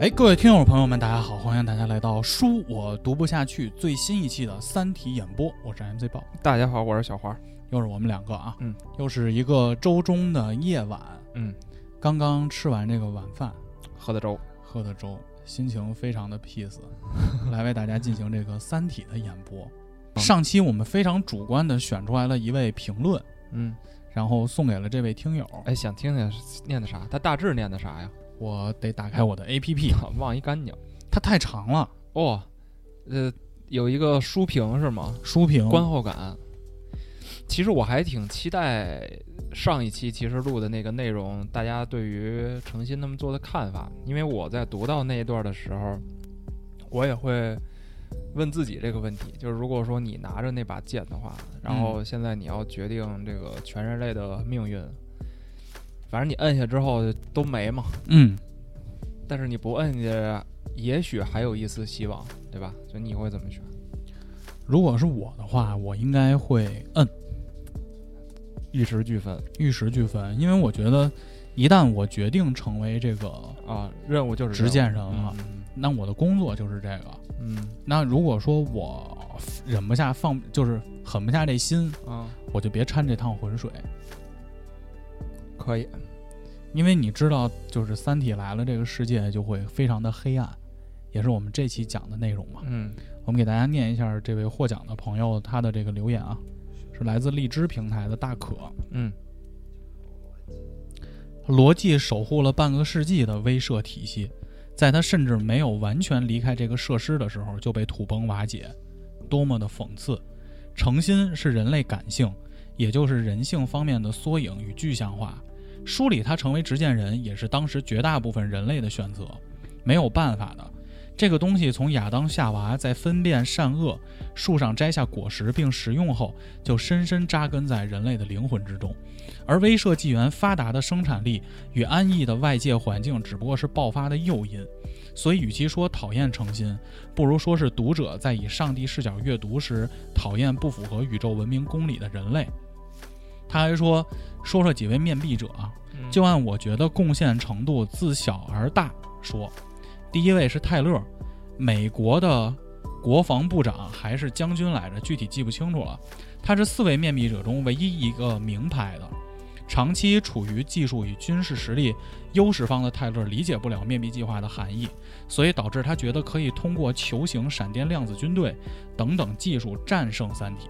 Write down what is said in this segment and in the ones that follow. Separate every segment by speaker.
Speaker 1: 哎，各位听友朋友们，大家好，欢迎大家来到《书我读不下去》最新一期的《三体》演播，我是 MC 豹，
Speaker 2: 大家好，我是小花。
Speaker 1: 又是我们两个啊，
Speaker 2: 嗯，
Speaker 1: 又是一个周中的夜晚，
Speaker 2: 嗯，
Speaker 1: 刚刚吃完这个晚饭，
Speaker 2: 喝的粥，
Speaker 1: 喝的粥，心情非常的 peace，来为大家进行这个《三体》的演播。
Speaker 2: 嗯
Speaker 1: 上期我们非常主观的选出来了一位评论，
Speaker 2: 嗯，
Speaker 1: 然后送给了这位听友。
Speaker 2: 哎，想听听是念的啥？他大致念的啥呀？
Speaker 1: 我得打开我的 APP，
Speaker 2: 忘一干净。
Speaker 1: 它太长了。
Speaker 2: 哦，呃，有一个书评是吗？
Speaker 1: 书评
Speaker 2: 观后感。其实我还挺期待上一期其实录的那个内容，大家对于程心他们做的看法，因为我在读到那一段的时候，我也会问自己这个问题，就是如果说你拿着那把剑的话，然后现在你要决定这个全人类的命运，反正你摁下之后都没嘛，
Speaker 1: 嗯，
Speaker 2: 但是你不摁下，也许还有一丝希望，对吧？所以你会怎么选？
Speaker 1: 如果是我的话，我应该会摁
Speaker 2: 玉石俱焚
Speaker 1: 玉石俱焚，因为我觉得一旦我决定成为这个
Speaker 2: 啊，任务就是
Speaker 1: 执
Speaker 2: 任务
Speaker 1: 剑人了，
Speaker 2: 嗯
Speaker 1: 那我的工作就是这个。
Speaker 2: 嗯
Speaker 1: 那如果说我忍不下放，就是狠不下这心，
Speaker 2: 啊，
Speaker 1: 我就别掺这趟浑水，
Speaker 2: 可以，
Speaker 1: 因为你知道，就是《三体》来了，这个世界就会非常的黑暗，也是我们这期讲的内容嘛。
Speaker 2: 嗯
Speaker 1: 我们给大家念一下这位获奖的朋友他的这个留言啊，是来自荔枝平台的大可。
Speaker 2: 嗯
Speaker 1: 罗辑守护了半个世纪的威慑体系，在他甚至没有完全离开这个设施的时候就被土崩瓦解，多么的讽刺！诚心是人类感性，也就是人性方面的缩影与具象化。梳理他成为执剑人，也是当时绝大部分人类的选择，没有办法的。这个东西从亚当夏娃在分辨善恶、树上摘下果实并食用后，就深深扎根在人类的灵魂之中。而威慑纪元发达的生产力与安逸的外界环境只不过是爆发的诱因，所以与其说讨厌诚心，不如说是读者在以上帝视角阅读时讨厌不符合宇宙文明公理的人类。他还说，说说几位面壁者啊，
Speaker 2: 嗯
Speaker 1: 就按我觉得贡献程度自小而大说，第一位是泰勒，美国的国防部长还是将军来着，具体记不清楚了。他是四位面壁者中唯一一个明牌的，长期处于技术与军事实力优势方的泰勒理解不了面壁计划的含义，所以导致他觉得可以通过球形闪电量子军队等等技术战胜三体，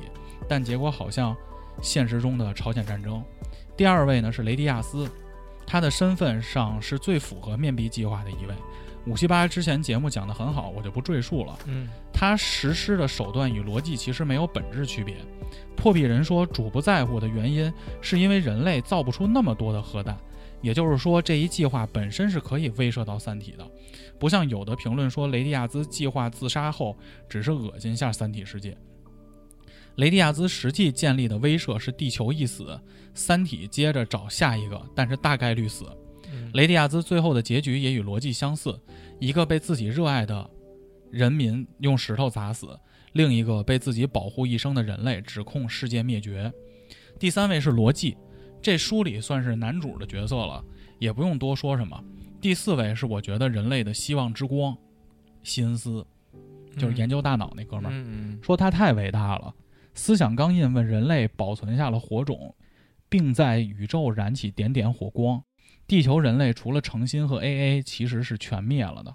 Speaker 1: 但结果好像现实中的朝鲜战争。第二位呢是雷迪亚斯，他的身份上是最符合面壁计划的一位。五七八之前节目讲得很好，我就不赘述了。
Speaker 2: 嗯
Speaker 1: 他实施的手段与逻辑其实没有本质区别。破壁人说，主不在乎的原因是因为人类造不出那么多的核弹，也就是说，这一计划本身是可以威慑到三体的，不像有的评论说雷迪亚兹计划自杀后只是恶心下三体世界。雷迪亚兹实际建立的威慑是地球一死，三体接着找下一个，但是大概率死。
Speaker 2: 嗯
Speaker 1: 雷迪亚兹最后的结局也与逻辑相似：一个被自己热爱的人民用石头砸死，另一个被自己保护一生的人类指控世界灭绝。第三位是逻辑，这书里算是男主的角色了，也不用多说什么。第四位是我觉得人类的希望之光，希恩斯，就是研究大脑那哥们儿。
Speaker 2: 嗯
Speaker 1: 说他太伟大了，思想钢印为人类保存下了火种，并在宇宙燃起点点火光。地球人类除了诚心和 AA，其实是全灭了的。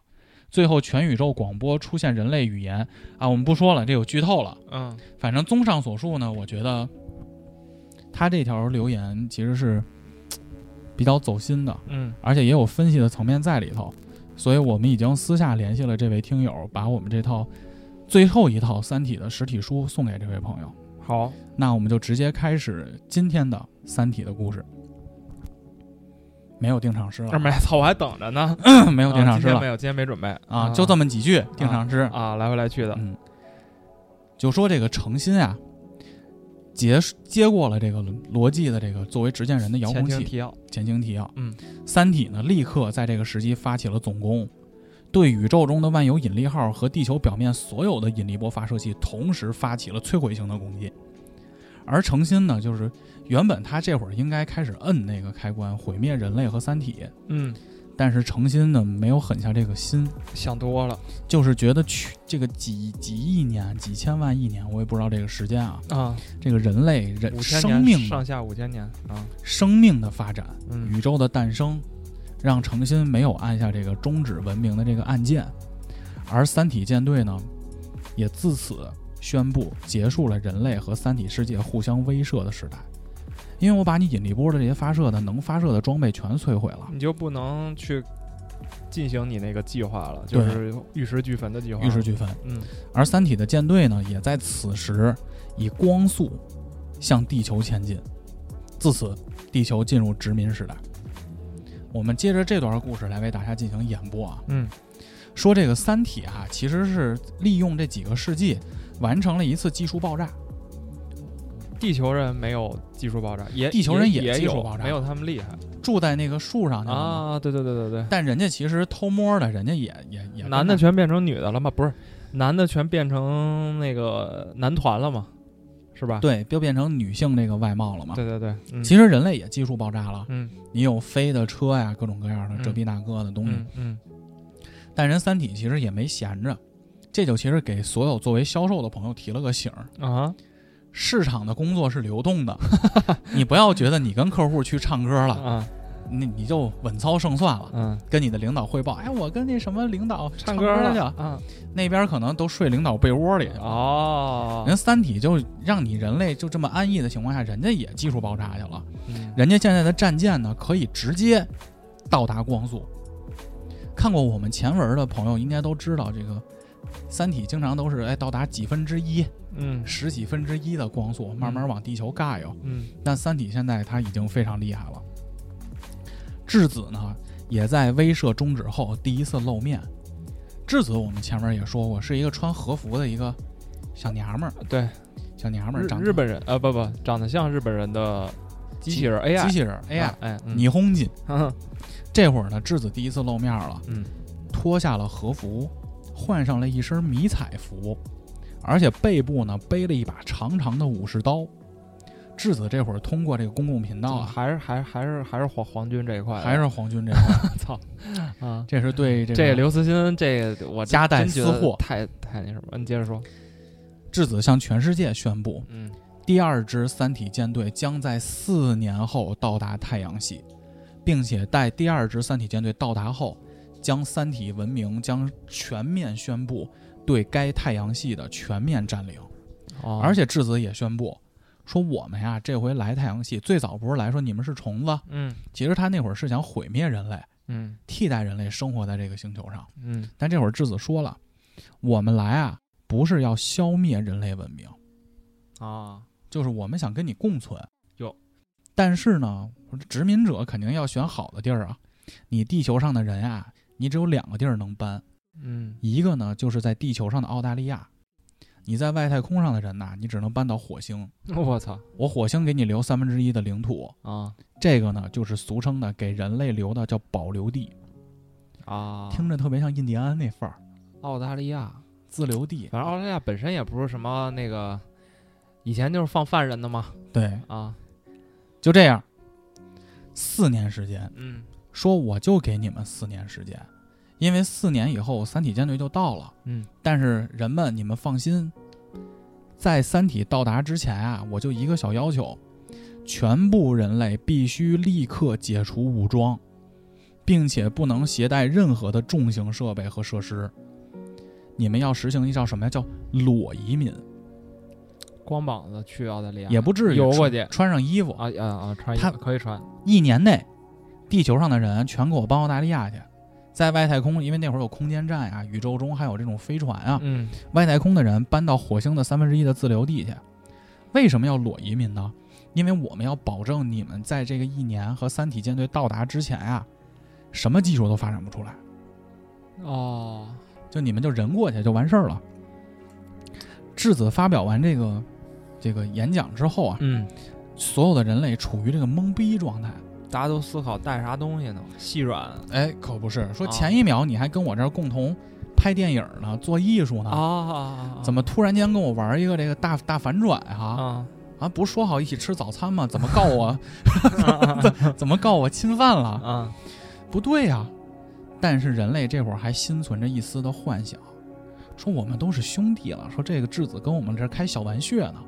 Speaker 1: 最后，全宇宙广播出现人类语言啊，我们不说了，这有剧透了。
Speaker 2: 嗯
Speaker 1: 反正综上所述呢，我觉得他这条留言其实是比较走心的。
Speaker 2: 嗯
Speaker 1: 而且也有分析的层面在里头，所以我们已经私下联系了这位听友，把我们这套最后一套《三体》的实体书送给这位朋友。
Speaker 2: 嗯，好，
Speaker 1: 那我们就直接开始今天的《三体》的故事。没有定场诗
Speaker 2: 二
Speaker 1: 了，
Speaker 2: 妹，操，我还等着呢，
Speaker 1: 没有定
Speaker 2: 啊
Speaker 1: 场
Speaker 2: 今
Speaker 1: 诗
Speaker 2: 天啊没
Speaker 1: 了
Speaker 2: 有，今天没准备
Speaker 1: 啊，就这么几句定场诗。
Speaker 2: 啊，来回来去的，
Speaker 1: 嗯，就说这个诚心啊，接接过了这个逻辑的这个作为执剑人的遥
Speaker 2: 前
Speaker 1: 控
Speaker 2: 情
Speaker 1: 器，
Speaker 2: 提要，
Speaker 1: 前情提要。
Speaker 2: 嗯，
Speaker 1: 三体呢立刻在这个时机发起了总攻，对宇宙中的万有引力号和地球表面所有的引力波发射器同时发起了摧毁性的攻击。而诚心呢，就是原本他这会儿应该开始摁那个开关，毁灭人类和三体，
Speaker 2: 嗯，
Speaker 1: 但是诚心呢没有狠下这个心，
Speaker 2: 想多了
Speaker 1: 就是觉得去这个几几亿年、几千万亿年，我也不知道这个时间啊，
Speaker 2: 啊，
Speaker 1: 这个人类人
Speaker 2: 五千
Speaker 1: 生命
Speaker 2: 年上下五千年啊，
Speaker 1: 生命的发展、
Speaker 2: 嗯
Speaker 1: 宇宙的诞生，让诚心没有按下这个终止文明的这个按键，而三体舰队呢，也自此宣布结束了人类和三体世界互相威慑的时代。因为我把你引力波的这些发射的能发射的装备全摧毁了，
Speaker 2: 你就不能去进行你那个计划了，就是玉石俱焚的计划，
Speaker 1: 玉石，俱焚。
Speaker 2: 嗯
Speaker 1: 而三体的舰队呢，也在此时以光速向地球前进。自此，地球进入殖民时代。我们接着这段故事来为大家进行演播啊，
Speaker 2: 嗯
Speaker 1: 说这个三体哈、其实是利用这几个世纪完成了一次技术爆炸。
Speaker 2: 地球人没有技术爆炸，也
Speaker 1: 地球人
Speaker 2: 也
Speaker 1: 也技术
Speaker 2: 有
Speaker 1: 爆炸
Speaker 2: 没有他们厉害
Speaker 1: 住在那个树上那个嘛，
Speaker 2: 啊！对对对对
Speaker 1: 但人家其实偷摸的，人家也也也
Speaker 2: 对，男的全变成女的了吗？不是，男的全变成那个男团了吗？是吧？
Speaker 1: 对，就变成女性这个外貌了嘛。
Speaker 2: 对对对，嗯
Speaker 1: 其实人类也技术爆炸了，
Speaker 2: 嗯
Speaker 1: 你有飞的车呀，各种各样的这
Speaker 2: 嗯
Speaker 1: 逼那哥的东西。
Speaker 2: 嗯嗯
Speaker 1: 但人《三体》其实也没闲着，这就其实给所有作为销售的朋友提了个醒儿：
Speaker 2: 啊，
Speaker 1: 市场的工作是流动 的，你不要觉得你跟客户去唱歌了，
Speaker 2: 啊
Speaker 1: 你你就稳操胜算了。
Speaker 2: 嗯，
Speaker 1: 跟你的领导汇报，哎，我跟那什么领导
Speaker 2: 唱
Speaker 1: 歌
Speaker 2: 歌
Speaker 1: 去了，
Speaker 2: 啊
Speaker 1: 那边可能都睡领导被窝里去了。
Speaker 2: 哦
Speaker 1: 人，《三体》就让你人类就这么安逸的情况下，人家也技术爆炸去了。
Speaker 2: 嗯
Speaker 1: 人家现在的战舰呢，可以直接到达光速。看过我们前文的朋友应该都知道，这个《三体》经常都是哎到达几分之一、
Speaker 2: 嗯
Speaker 1: 十几分之一的光速，慢慢往地球尬游。
Speaker 2: 嗯
Speaker 1: 但《三体》现在它已经非常厉害了。质子呢，也在威慑终止后第一次露面。质子我们前面也说过，是一个穿和服的一个小娘们儿，
Speaker 2: 对，
Speaker 1: 小娘们儿
Speaker 2: 日
Speaker 1: 长得
Speaker 2: 日本人啊，不不，长得像日本人的机器人 AI，
Speaker 1: 机器人儿 AI
Speaker 2: 啊哎，嗯
Speaker 1: 霓虹锦。
Speaker 2: 嗯
Speaker 1: 这会儿呢，质子第一次露面了，
Speaker 2: 嗯
Speaker 1: 脱下了和服，换上了一身迷彩服，而且背部呢背了一把长长的武士刀。质子这会儿通过这个公共频道啊，
Speaker 2: 还是还是还是嗯还是皇皇军这一块的，
Speaker 1: 还是皇军这块儿，
Speaker 2: 操啊！
Speaker 1: 这是 对这
Speaker 2: 这
Speaker 1: 个
Speaker 2: 刘慈欣，这个我真
Speaker 1: 夹带
Speaker 2: 真觉
Speaker 1: 私
Speaker 2: 得
Speaker 1: 货
Speaker 2: 太太那什么。你接着说，
Speaker 1: 质子向全世界宣布，
Speaker 2: 嗯
Speaker 1: 第二支三体舰队将在四年后到达太阳系，并且待第二支三体舰队到达后，将三体文明将全面宣布对该太阳系的全面占领。
Speaker 2: 哦，
Speaker 1: 而且质子也宣布说，我们呀这回来太阳系，最早不是来说你们是虫子，
Speaker 2: 嗯
Speaker 1: 其实他那会儿是想毁灭人类，
Speaker 2: 嗯
Speaker 1: 替代人类生活在这个星球上。
Speaker 2: 嗯
Speaker 1: 但这会儿质子说了，我们来啊不是要消灭人类文明，
Speaker 2: 啊，
Speaker 1: 就是我们想跟你共存。
Speaker 2: 哟，
Speaker 1: 但是呢，殖民者肯定要选好的地儿啊，你地球上的人啊，你只有两个地儿能搬，
Speaker 2: 嗯
Speaker 1: 一个呢就是在地球上的澳大利亚。你在外太空上的人呐、你只能搬到火星，
Speaker 2: 我操
Speaker 1: 我火星给你留三分之一的领土，
Speaker 2: 啊
Speaker 1: 这个呢就是俗称的给人类留的叫保留地，
Speaker 2: 啊！
Speaker 1: 听着特别像印第安那范儿，
Speaker 2: 澳大利亚，
Speaker 1: 自留地。
Speaker 2: 反正澳大利亚本身也不是什么那个，以前就是放犯人的嘛
Speaker 1: 对，
Speaker 2: 啊，
Speaker 1: 就这样，四年时间，
Speaker 2: 嗯
Speaker 1: 说我就给你们四年时间，因为四年以后三体舰队就到了。
Speaker 2: 嗯，
Speaker 1: 但是人们你们放心，在三体到达之前啊，我就一个小要求，全部人类必须立刻解除武装，并且不能携带任何的重型设备和设施。你们要实行一叫什么呀？叫裸移民，
Speaker 2: 光膀子去澳大利亚
Speaker 1: 也不至于
Speaker 2: 游过
Speaker 1: 穿
Speaker 2: 去
Speaker 1: 穿上衣服。
Speaker 2: 啊啊啊！穿衣
Speaker 1: 他
Speaker 2: 可以穿，
Speaker 1: 一年内，地球上的人全给我搬澳大利亚去，在外太空，因为那会儿有空间站啊，宇宙中还有这种飞船啊，
Speaker 2: 嗯
Speaker 1: 外太空的人搬到火星的三分之一的自留地去。为什么要裸移民呢？因为我们要保证你们在这个一年和三体舰队到达之前啊，什么技术都发展不出来，
Speaker 2: 哦，
Speaker 1: 就你们就人过去就完事儿了。质子发表完这个这个演讲之后啊，
Speaker 2: 嗯，
Speaker 1: 所有的人类处于这个懵逼状态。
Speaker 2: 大家都思考带啥东西呢？细软
Speaker 1: 哎，可不是，说
Speaker 2: 啊
Speaker 1: 前一秒你还跟我这儿共同拍电影呢，做艺术呢，
Speaker 2: 啊，
Speaker 1: 怎么突然间跟我玩一个这个大大反转哈、
Speaker 2: 啊？
Speaker 1: 啊，不是说好一起吃早餐吗？怎么告我？怎怎么告我侵犯了？
Speaker 2: 啊，
Speaker 1: 不对呀、但是人类这会儿还心存着一丝的幻想，说我们都是兄弟了，说这个质子跟我们这儿开小玩笑呢，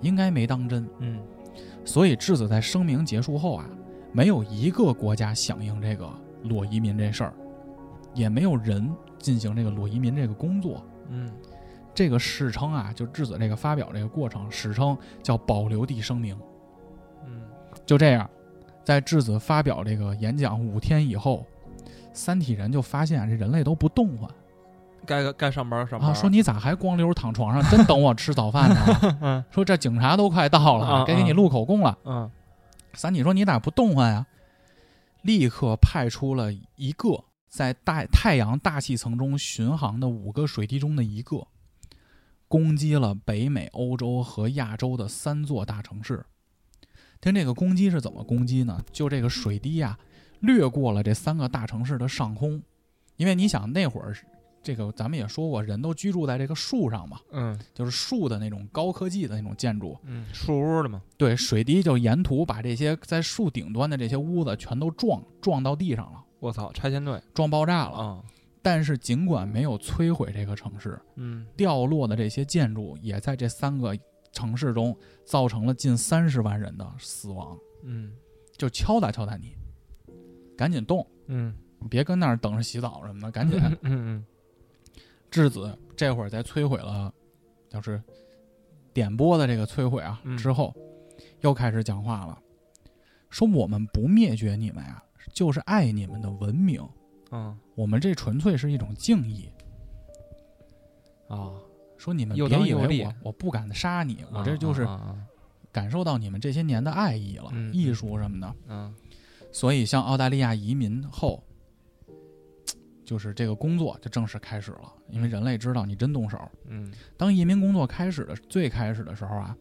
Speaker 1: 应该没当真。
Speaker 2: 嗯
Speaker 1: 所以质子在声明结束后啊，没有一个国家响应这个裸移民这事儿，也没有人进行这个裸移民这个工作。
Speaker 2: 嗯
Speaker 1: 这个史称啊，就质子这个发表这个过程，史称叫保留地声明。
Speaker 2: 嗯，
Speaker 1: 就这样，在质子发表这个演讲五天以后，三体人就发现啊这人类都不动弹
Speaker 2: 该该上班上班
Speaker 1: 啊，说你咋还光溜躺床上，真等我吃早饭 呢？说这警察都快到
Speaker 2: 啊
Speaker 1: 了，该给你
Speaker 2: 啊
Speaker 1: 录口供了。
Speaker 2: 嗯
Speaker 1: 三体说你咋不动换呀？立刻派出了一个在大太阳大气层中巡航的五个水滴中的一个，攻击了北美、欧洲和亚洲的三座大城市。听这个攻击是怎么攻击呢？就这个水滴呀、掠过了这三个大城市的上空，因为你想那会儿是这个咱们也说过，人都居住在这个树上嘛，
Speaker 2: 嗯
Speaker 1: 就是树的那种高科技的那种建筑，
Speaker 2: 嗯，树屋的嘛，
Speaker 1: 对，水滴就沿途把这些在树顶端的这些屋子全都撞撞到地上了，
Speaker 2: 我操，拆迁队
Speaker 1: 撞爆炸了。
Speaker 2: 啊，
Speaker 1: 但是尽管没有摧毁这个城市，
Speaker 2: 嗯
Speaker 1: 掉落的这些建筑也在这三个城市中造成了近三十万人的死亡。
Speaker 2: 嗯
Speaker 1: 就敲打敲打你，赶紧动，
Speaker 2: 嗯
Speaker 1: 别跟那儿等着洗澡什么的，赶紧。
Speaker 2: 嗯嗯
Speaker 1: 质子这会儿在摧毁了，就是点播的这个摧毁啊
Speaker 2: 嗯
Speaker 1: 之后，又开始讲话了，说我们不灭绝你们啊，就是爱你们的文明，
Speaker 2: 嗯
Speaker 1: 我们这纯粹是一种敬意。
Speaker 2: 啊，
Speaker 1: 说你们
Speaker 2: 又
Speaker 1: 别
Speaker 2: 当
Speaker 1: 以
Speaker 2: 又
Speaker 1: 为
Speaker 2: 立
Speaker 1: 我我不敢杀你，我这就是
Speaker 2: 嗯
Speaker 1: 感受到你们这些年的爱意了，
Speaker 2: 嗯
Speaker 1: 艺术什么的。
Speaker 2: 嗯
Speaker 1: 所以，像澳大利亚移民后，就是这个工作就正式开始了，因为人类知道你真动手。
Speaker 2: 嗯
Speaker 1: 当移民工作开始的最开始的时候啊，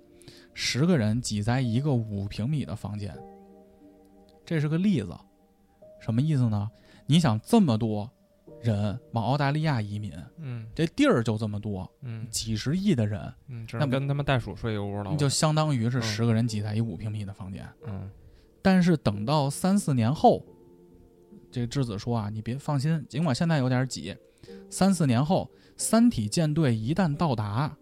Speaker 1: 十个人挤在一个五平米的房间，这是个例子，什么意思呢？你想这么多人往澳大利亚移民，
Speaker 2: 嗯
Speaker 1: 这地儿就这么多，
Speaker 2: 嗯
Speaker 1: 几十亿的人，
Speaker 2: 嗯，只能跟他们袋鼠睡一屋了，
Speaker 1: 你就相当于是
Speaker 2: 嗯
Speaker 1: 十个人挤在一五平米的房间。
Speaker 2: 嗯
Speaker 1: 但是等到三四年后，这个质子说啊，你别放心，尽管现在有点挤，三四年后，三体舰队一旦到达，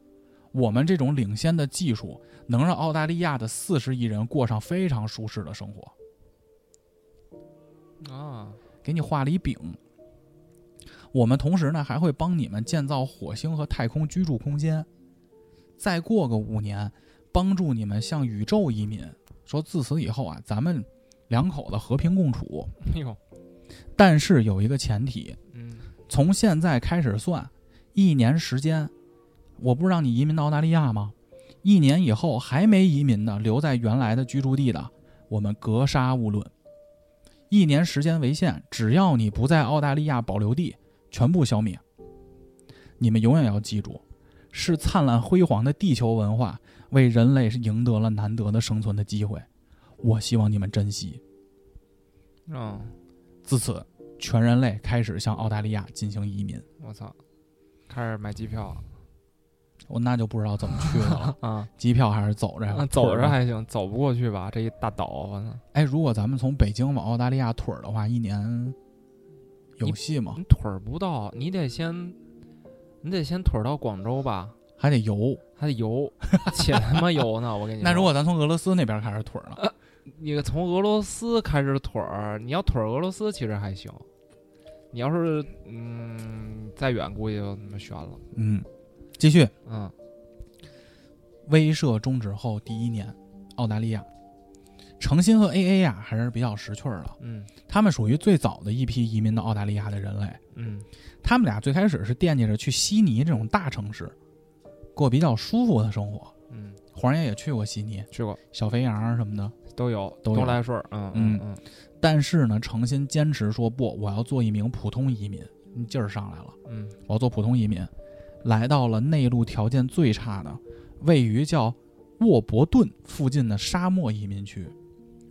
Speaker 1: 我们这种领先的技术能让澳大利亚的四十亿人过上非常舒适的生活。
Speaker 2: 啊，
Speaker 1: 给你画了一饼。我们同时呢还会帮你们建造火星和太空居住空间，再过个五年，帮助你们向宇宙移民。说自此以后啊，咱们两口子和平共处。
Speaker 2: 哎呦，
Speaker 1: 但是有一个前提，
Speaker 2: 嗯
Speaker 1: 从现在开始算，一年时间，我不是让你移民到澳大利亚吗？一年以后还没移民的，留在原来的居住地的，我们格杀勿论。一年时间为限，只要你不在澳大利亚保留地，全部消灭。你们永远要记住，是灿烂辉煌的地球文化为人类是赢得了难得的生存的机会，我希望你们珍惜。
Speaker 2: 嗯，
Speaker 1: 自此，全人类开始向澳大利亚进行移民。
Speaker 2: 我操，开始买机票了
Speaker 1: 我那就不知道怎么去的 了，
Speaker 2: 啊，
Speaker 1: 机票还是走着呀、
Speaker 2: 那啊走
Speaker 1: 腿儿
Speaker 2: 着
Speaker 1: 吧
Speaker 2: 还行，走不过去吧，这一大岛，我操。
Speaker 1: 哎，如果咱们从北京往澳大利亚腿儿的话，一年有戏吗？
Speaker 2: 你腿儿不到，你得先，你得先腿儿到广州吧，
Speaker 1: 还得游。
Speaker 2: 还得 游，且他妈游呢！我跟你说，
Speaker 1: 那如果咱从俄罗斯那边开始腿儿呢？
Speaker 2: 你从俄罗斯开始腿儿，你要腿儿俄罗斯其实还行，你要是嗯再远估计就他妈悬了。
Speaker 1: 嗯，继续。
Speaker 2: 嗯
Speaker 1: 威慑终止后第一年，澳大利亚，诚心和 AA 呀、还是比较识趣儿的。
Speaker 2: 嗯
Speaker 1: 他们属于最早的一批移民到澳大利亚的人类。
Speaker 2: 嗯
Speaker 1: 他们俩最开始是惦记着去悉尼这种大城市，过比较舒服的生活。
Speaker 2: 嗯，
Speaker 1: 黄爷也去过悉尼，
Speaker 2: 去过
Speaker 1: 小肥羊儿什么的。
Speaker 2: 都有，
Speaker 1: 都有
Speaker 2: 来顺儿。嗯嗯嗯
Speaker 1: 但是呢，诚心坚持说不，我要做一名普通移民，你劲儿上来了，
Speaker 2: 嗯
Speaker 1: 我要做普通移民，来到了内陆条件最差的，位于叫沃伯顿附近的沙漠移民区。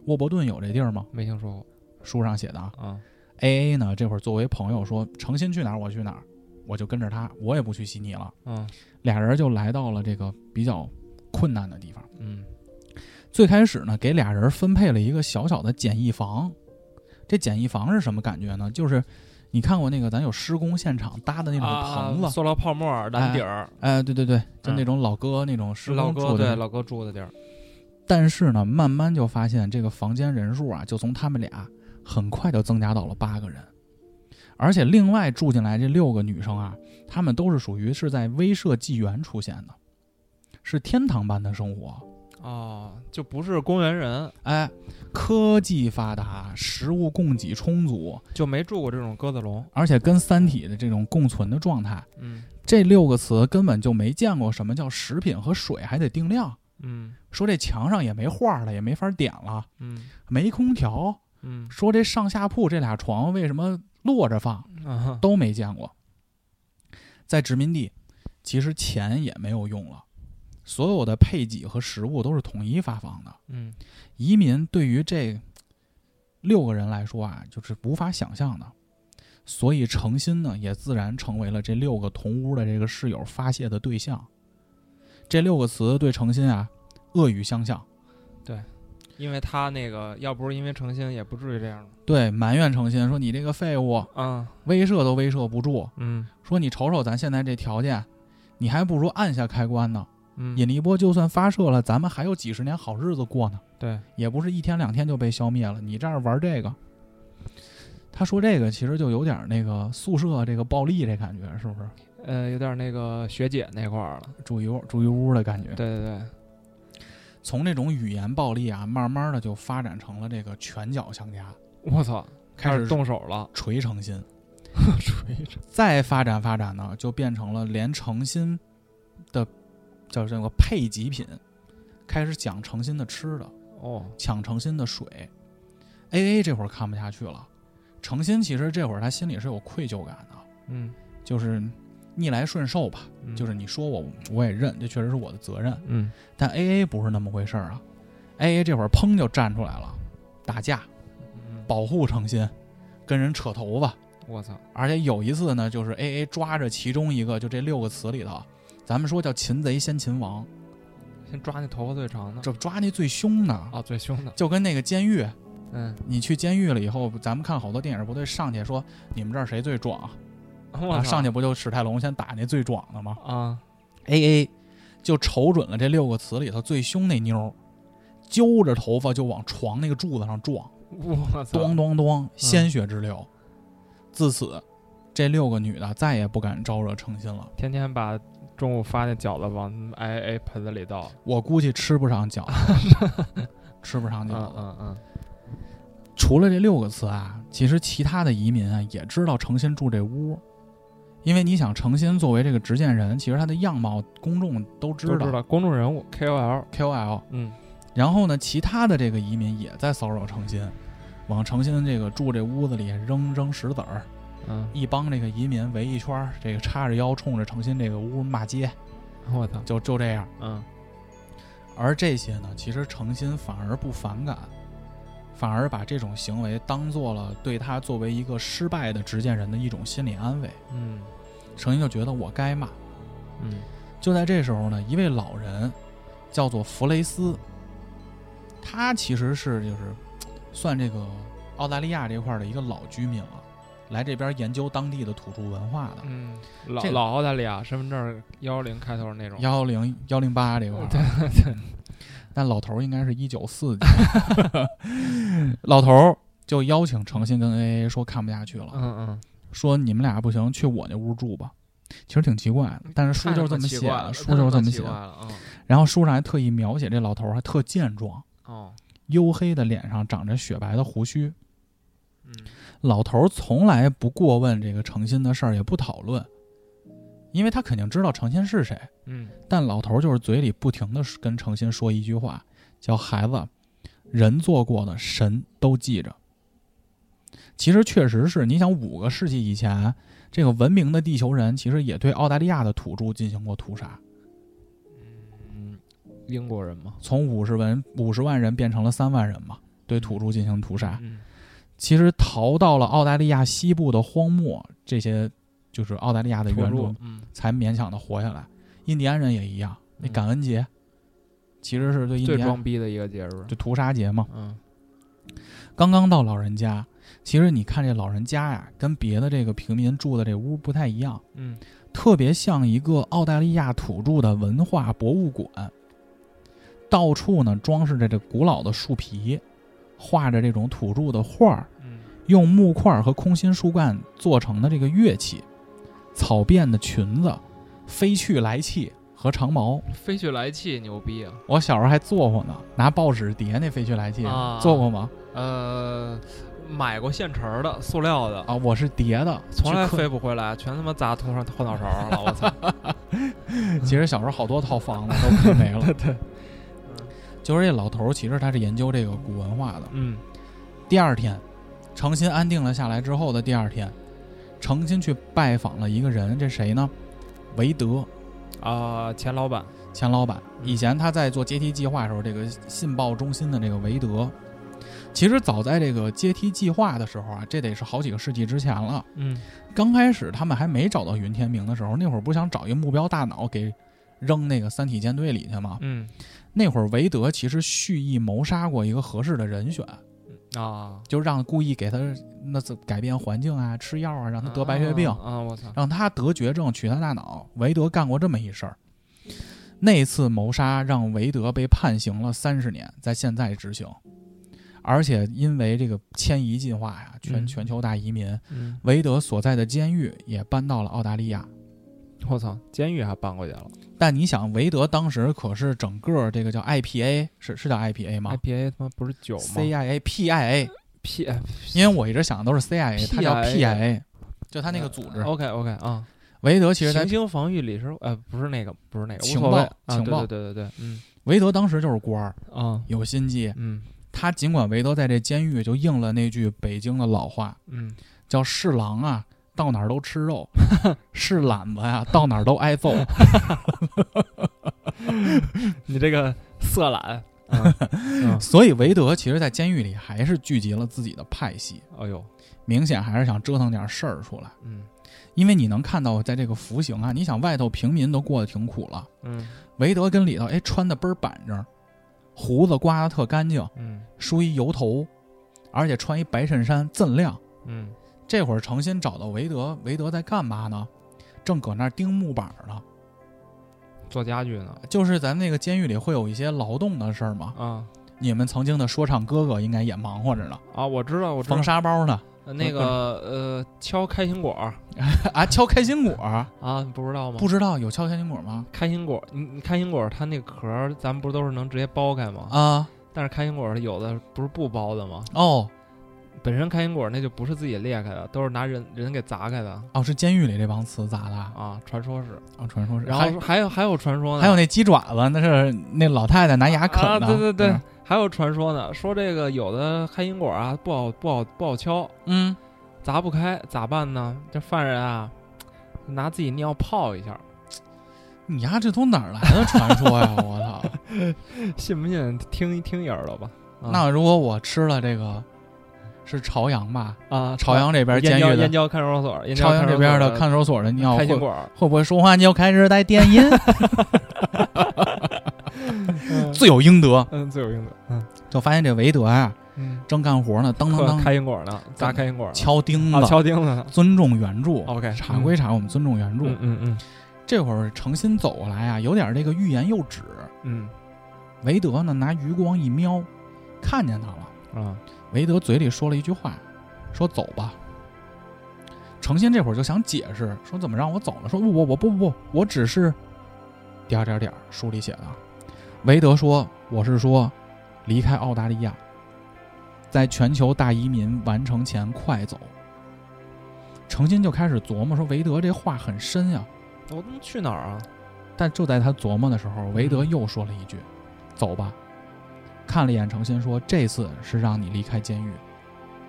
Speaker 1: 沃伯顿有这地儿吗？
Speaker 2: 没听说过
Speaker 1: 书上写的啊。
Speaker 2: 啊。
Speaker 1: A A 呢，这会儿作为朋友说，诚心去哪儿我去哪儿，我就跟着他，我也不去悉尼了。
Speaker 2: 嗯
Speaker 1: 俩人就来到了这个比较困难的地方，
Speaker 2: 嗯
Speaker 1: 最开始呢，给俩人分配了一个小小的简易房。这简易房是什么感觉呢？就是你看过那个咱有施工现场搭的那种棚子，
Speaker 2: 啊塑料泡沫蓝底儿，
Speaker 1: 哎，对对对，就
Speaker 2: 嗯
Speaker 1: 那种老哥那种施
Speaker 2: 老
Speaker 1: 工
Speaker 2: 哥
Speaker 1: 住
Speaker 2: 对
Speaker 1: 的。
Speaker 2: 老哥住的地儿，
Speaker 1: 但是呢，慢慢就发现这个房间人数啊，就从他们俩很快就增加到了八个人，而且另外住进来这六个女生啊，她们都是属于是在威慑纪元出现的，是天堂般的生活。
Speaker 2: 哦，就不是公园人，
Speaker 1: 哎，科技发达，食物供给充足，
Speaker 2: 就没住过这种鸽子笼，
Speaker 1: 而且跟《三体》的这种共存的状态，
Speaker 2: 嗯
Speaker 1: 这六个词根本就没见过什么叫食品和水还得定量。
Speaker 2: 嗯
Speaker 1: 说这墙上也没画了，也没法点了，
Speaker 2: 嗯
Speaker 1: 没空调。
Speaker 2: 嗯
Speaker 1: 说这上下铺这俩床为什么摞着放，
Speaker 2: 啊
Speaker 1: 都没见过。在殖民地，其实钱也没有用了，所有的配给和食物都是统一发放的。
Speaker 2: 嗯
Speaker 1: 移民对于这六个人来说啊，就是无法想象的。所以诚心呢，也自然成为了这六个同屋的这个室友发泄的对象。这六个词对诚心啊，恶语相向，
Speaker 2: 因为他那个要不是因为诚心，也不至于这样
Speaker 1: 对埋怨诚心说你这个废物，
Speaker 2: 啊
Speaker 1: 威慑都威慑不住。
Speaker 2: 嗯
Speaker 1: 说你瞅瞅咱现在这条件，你还不如按下开关呢。
Speaker 2: 嗯
Speaker 1: 引力波就算发射了，咱们还有几十年好日子过呢。
Speaker 2: 对
Speaker 1: 也不是一天两天就被消灭了。你这儿玩这个，他说这个其实就有点那个宿舍这个暴力这感觉，是不是？
Speaker 2: 呃有点那个学姐那块儿了，
Speaker 1: 住一屋住一屋的感觉
Speaker 2: 对。对对，
Speaker 1: 从这种语言暴力啊，慢慢的就发展成了这个拳脚相加，
Speaker 2: 我操，
Speaker 1: 开始
Speaker 2: 动手了，
Speaker 1: 锤诚心，
Speaker 2: 锤着，
Speaker 1: 再发展发展呢，就变成了连诚心的叫这个配给品，开始讲诚心的吃的。
Speaker 2: 哦，
Speaker 1: 抢诚心的水。A A 这会儿看不下去了，诚心其实这会儿他心里是有愧疚感的，
Speaker 2: 嗯，
Speaker 1: 就是逆来顺受吧，
Speaker 2: 嗯
Speaker 1: 就是你说我我也认，这确实是我的责任。
Speaker 2: 嗯
Speaker 1: 但 A A 不是那么回事儿啊，A A 这会儿砰就站出来了，打架
Speaker 2: 嗯，
Speaker 1: 保护诚心，跟人扯头发，
Speaker 2: 我操，
Speaker 1: 而且有一次呢，就是 A A 抓着其中一个，就这六个词里头，咱们说叫擒贼先擒王，
Speaker 2: 先抓那头发最长的，
Speaker 1: 这抓那最凶的，
Speaker 2: 啊最凶的，
Speaker 1: 就跟那个监狱
Speaker 2: 嗯，
Speaker 1: 你去监狱了以后，咱们看好多电影不对，上去说你们这儿谁最壮啊？
Speaker 2: 我
Speaker 1: 啊
Speaker 2: 操
Speaker 1: 上去不就史泰龙先打那最壮的吗
Speaker 2: 啊，
Speaker 1: ？A A 就瞅准了这六个词里头最凶那妞儿，揪着头发就往床那个柱子上撞，
Speaker 2: 我操，嗯
Speaker 1: 咚咚咚，鲜血直流。自此，这六个女的再也不敢招惹诚心了。
Speaker 2: 天天把中午发那饺子往挨挨盆子里倒。
Speaker 1: 我估计吃不上饺子， 吃不上
Speaker 2: 嗯
Speaker 1: 饺子。
Speaker 2: 嗯嗯，
Speaker 1: 除了这六个词啊，其实其他的移民啊也知道诚心住这屋，因为你想，诚心作为这个执剑人，其实他的样貌公众都知
Speaker 2: 都
Speaker 1: 道
Speaker 2: 知道公众人物 KOL。
Speaker 1: KOL。
Speaker 2: 嗯
Speaker 1: 然后呢，其他的这个移民也在骚扰诚心，往诚心这个住这屋子里扔扔石子儿，
Speaker 2: 嗯，
Speaker 1: 一帮这个移民围一圈儿，这个叉着腰冲着诚心这个屋骂街，
Speaker 2: 我操，
Speaker 1: 就就这样。
Speaker 2: 嗯
Speaker 1: 而这些呢，其实诚心反而不反感，反而把这种行为当做了对他作为一个失败的执剑人的一种心理安慰。
Speaker 2: 嗯
Speaker 1: 诚心就觉得我该骂。
Speaker 2: 嗯，
Speaker 1: 就在这时候呢，一位老人叫做弗雷斯，他其实是就是算这个澳大利亚这块儿的一个老居民了，来这边研究当地的土著文化的。
Speaker 2: 嗯，老
Speaker 1: 这个
Speaker 2: 老澳大利亚身份证幺零开头那种。
Speaker 1: 幺零幺零八这块儿，
Speaker 2: 对对，
Speaker 1: 但老头儿应该是一九四几， 老头儿就邀请诚心跟 AA 说看不下去了，
Speaker 2: 嗯嗯，
Speaker 1: 说你们俩不行，去我那屋住吧。其实挺奇怪的，但是书就是这么写的，
Speaker 2: 的，
Speaker 1: 书就是这么
Speaker 2: 么
Speaker 1: 写
Speaker 2: 的。
Speaker 1: 的。
Speaker 2: 啊。
Speaker 1: 然后书上还特意描写这老头儿还特健壮，
Speaker 2: 哦，
Speaker 1: 黝黑的脸上长着雪白的胡须。
Speaker 2: 嗯
Speaker 1: 老头儿从来不过问这个诚心的事儿，也不讨论，因为他肯定知道诚心是谁。
Speaker 2: 嗯，
Speaker 1: 但老头儿就是嘴里不停的跟诚心说一句话，叫“孩子，人做过的，神都记着”。其实确实是，你想五个世纪以前，这个文明的地球人其实也对澳大利亚的土著进行过屠杀，
Speaker 2: 英国人嘛。
Speaker 1: 从五十文五十万人变成了三万人嘛，对土著进行屠杀。
Speaker 2: 嗯
Speaker 1: 其实逃到了澳大利亚西部的荒漠，这些就是澳大利亚的
Speaker 2: 土
Speaker 1: 原
Speaker 2: 著
Speaker 1: 住，
Speaker 2: 嗯
Speaker 1: 才勉强的活下来。印第安人也一样，那感恩节，其实是对印
Speaker 2: 最
Speaker 1: 第安
Speaker 2: 装逼的一个节日。
Speaker 1: 就屠杀节嘛。
Speaker 2: 嗯，
Speaker 1: 刚刚到老人家，其实你看这老人家呀，跟别的这个平民住的这屋不太一样，
Speaker 2: 嗯，
Speaker 1: 特别像一个澳大利亚土著的文化博物馆。到处呢装饰着这古老的树皮，画着这种土著的画儿，
Speaker 2: 嗯，
Speaker 1: 用木块儿和空心树干做成的这个乐器，草编的裙子，飞去来气和长矛。
Speaker 2: 飞去来气牛逼啊！
Speaker 1: 我小时候还做过呢，拿报纸叠那飞去来气，
Speaker 2: 啊
Speaker 1: 做过吗？
Speaker 2: 呃，买过现成儿的塑料的，
Speaker 1: 啊，我是叠的，
Speaker 2: 从来
Speaker 1: 去
Speaker 2: 飞
Speaker 1: 客。
Speaker 2: 不回来，全他妈砸头上后脑勺了。我 操！
Speaker 1: 其实小时候好多套房子都赔没了。 对，就是这老头儿，其实他是研究这个古文化的。
Speaker 2: 嗯
Speaker 1: 第二天，程心安定了下来之后的第二天，程心去拜访了一个人，这谁呢？韦德
Speaker 2: 啊，钱老板，
Speaker 1: 钱老板，
Speaker 2: 嗯
Speaker 1: 以前他在做阶梯计划的时候，这个信报中心的这个韦德，其实早在这个阶梯计划的时候啊，这得是好几个世纪之前了。
Speaker 2: 嗯
Speaker 1: 刚开始他们还没找到云天明的时候，那会儿不想找一个目标大脑给扔那个三体舰队里去吗？
Speaker 2: 嗯
Speaker 1: 那会儿韦德其实蓄意谋杀过一个合适的人选，
Speaker 2: 啊，
Speaker 1: 就让故意给他那次改变环境啊、吃药啊，让他得白血病，
Speaker 2: 啊！我操！
Speaker 1: 让他得绝症取他大脑。韦德干过这么一事儿。那次谋杀让韦德被判刑了三十年，在现在执行，而且因为这个迁移进化呀，全
Speaker 2: 嗯
Speaker 1: 全球大移民，
Speaker 2: 嗯，
Speaker 1: 韦德所在的监狱也搬到了澳大利亚。
Speaker 2: 我操，监狱还搬过去了
Speaker 1: 但你想，韦德当时可是整个这个叫 IPA，是是叫 IPA 吗
Speaker 2: ？IPA 他妈不是酒吗
Speaker 1: CIA PIA，
Speaker 2: ？P
Speaker 1: 因为我一直想的都是 CIA，它叫
Speaker 2: PIA
Speaker 1: PIA，就它那个组织。
Speaker 2: OK OK 嗯啊，
Speaker 1: 韦德其实
Speaker 2: 行
Speaker 1: 在
Speaker 2: 星防御理事呃不是那个不是那个，无
Speaker 1: 情
Speaker 2: 所谓
Speaker 1: 报
Speaker 2: 啊
Speaker 1: 情
Speaker 2: 对
Speaker 1: 报哦
Speaker 2: 对对对对，嗯
Speaker 1: 韦德当时就是官儿，
Speaker 2: 啊
Speaker 1: 有心计。
Speaker 2: 嗯
Speaker 1: 他尽管韦德在这监狱就应了那句北京的老话，
Speaker 2: 嗯
Speaker 1: 叫“是狼啊，到哪儿都吃 肉；是懒子呀、到哪儿都挨揍。
Speaker 2: 你这个色 懒，啊嗯”
Speaker 1: 所以韦德其实在监狱里还是聚集了自己的派系，
Speaker 2: 哎呦，
Speaker 1: 明显还是想折腾点事儿出来。
Speaker 2: 嗯
Speaker 1: 因为你能看到，在这个服刑啊，你想外头平民都过得挺苦了，
Speaker 2: 嗯
Speaker 1: 韦德跟里头哎穿的倍儿板正，胡子刮得特干净，
Speaker 2: 嗯
Speaker 1: 梳一油头，而且穿一白衬衫锃亮。
Speaker 2: 嗯
Speaker 1: 这会儿诚心找到韦德，韦德在干嘛呢？正搁那儿钉木板儿呢。
Speaker 2: 做家具呢
Speaker 1: 就是咱们那个监狱里会有一些劳动的事儿嘛，
Speaker 2: 啊
Speaker 1: 你们曾经的说唱哥哥应该也忙活着呢，
Speaker 2: 啊我知道我知道
Speaker 1: 缝沙包呢，
Speaker 2: 呃那个
Speaker 1: 嗯
Speaker 2: 呃敲开心果儿
Speaker 1: 啊，敲开心果儿，
Speaker 2: 啊，你不知道吗？
Speaker 1: 不知道有敲开心果吗？
Speaker 2: 开心果，你你开心果它那个壳儿，咱们不都是能直接剥开吗？
Speaker 1: 啊，
Speaker 2: 但是开心果儿有的不是不剥的吗？
Speaker 1: 哦，
Speaker 2: 本身开心果儿那就不是自己裂开的，都是拿人人给砸开的
Speaker 1: 哦，是监狱里这帮词咋的啊？
Speaker 2: 啊，传说是。
Speaker 1: 哦传说是，
Speaker 2: 然
Speaker 1: 还
Speaker 2: 后还有还有传说呢，
Speaker 1: 还有那鸡爪子，那是那老太太拿牙啃
Speaker 2: 啊，
Speaker 1: 的。
Speaker 2: 对对对
Speaker 1: 嗯，，
Speaker 2: 还有传说呢，说这个有的开心果儿啊不好不好不好敲，
Speaker 1: 嗯，
Speaker 2: 砸不开咋办呢？这犯人啊，拿自己尿泡一下，
Speaker 1: 你丫这从哪儿来的传说呀？ 我操！
Speaker 2: 信不信？听一听一耳朵吧。啊
Speaker 1: 那如果我吃了这个，是朝阳吧？
Speaker 2: 啊，
Speaker 1: 朝阳这边监
Speaker 2: 燕郊
Speaker 1: 狱
Speaker 2: 燕
Speaker 1: 的，
Speaker 2: 郊看守所，哦燕郊
Speaker 1: 朝阳这边的
Speaker 2: 看守
Speaker 1: 看守所的尿
Speaker 2: 所
Speaker 1: 会
Speaker 2: 开心果儿，
Speaker 1: 会不会说话就开始带电 音？罪有应得。
Speaker 2: 嗯，最有用的，
Speaker 1: 就发现这韦德啊，
Speaker 2: 嗯，
Speaker 1: 正干活呢，当当
Speaker 2: 喝
Speaker 1: 当
Speaker 2: 开心果呢，砸开心果呢，
Speaker 1: 敲钉
Speaker 2: 啊，
Speaker 1: 子，
Speaker 2: 敲钉子呢
Speaker 1: 尊重原著。
Speaker 2: ，OK，
Speaker 1: 查归查，我们尊重原著
Speaker 2: 嗯。嗯嗯
Speaker 1: 这会儿诚心走过来啊，有点这个欲言又止。
Speaker 2: 嗯
Speaker 1: 韦德呢，拿余光一瞄，看见他了。
Speaker 2: 嗯啊，
Speaker 1: 韦德嘴里说了一句话，说走吧。程心这会儿就想解释，说怎么让我走了？说不不我不不不，我只是点儿点儿点儿，书里写的。韦德说：“我是说，离开澳大利亚，在全球大移民完成前快走。”程心就开始琢磨说：“韦德这话很深呀、
Speaker 2: 我他妈去哪儿啊？
Speaker 1: 但就在他琢磨的时候，韦德又说了一句：“走吧。”看了一眼程心，说：“这次是让你离开监狱，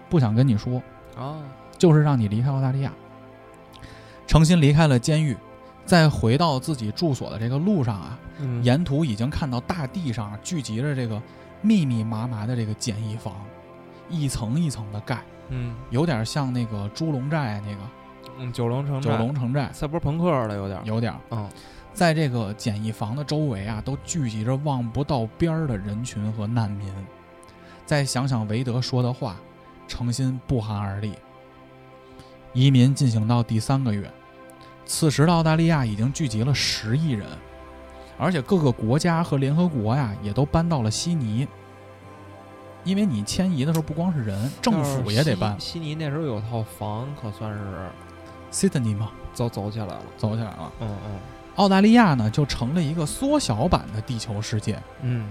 Speaker 1: 不想跟你说，
Speaker 2: 啊，
Speaker 1: 就是让你离开澳大利亚。”程心离开了监狱，在回到自己住所的这个路上啊，
Speaker 2: 嗯
Speaker 1: 沿途已经看到大地上啊聚集着这个密密麻麻的这个简易房，一层一层的盖，
Speaker 2: 嗯
Speaker 1: 有点像那个猪笼寨那个
Speaker 2: 嗯，九龙城
Speaker 1: 九龙城寨，
Speaker 2: 赛博朋克了有点儿，
Speaker 1: 有点儿。
Speaker 2: 啊嗯
Speaker 1: 在这个简易房的周围啊，都聚集着望不到边儿的人群和难民。再想想韦德说的话，诚心不寒而栗。移民进行到第三个月，此时的澳大利亚已经聚集了十亿人，而且各个国家和联合国呀也都搬到了悉尼。因为你迁移的时候，不光是人，政府也得搬。
Speaker 2: 悉尼那时候有套房，可算是
Speaker 1: Sydney 嘛，
Speaker 2: 走走起来了。
Speaker 1: 走起来了。
Speaker 2: 嗯嗯
Speaker 1: 澳大利亚呢，就成了一个缩小版的地球世界。
Speaker 2: 嗯，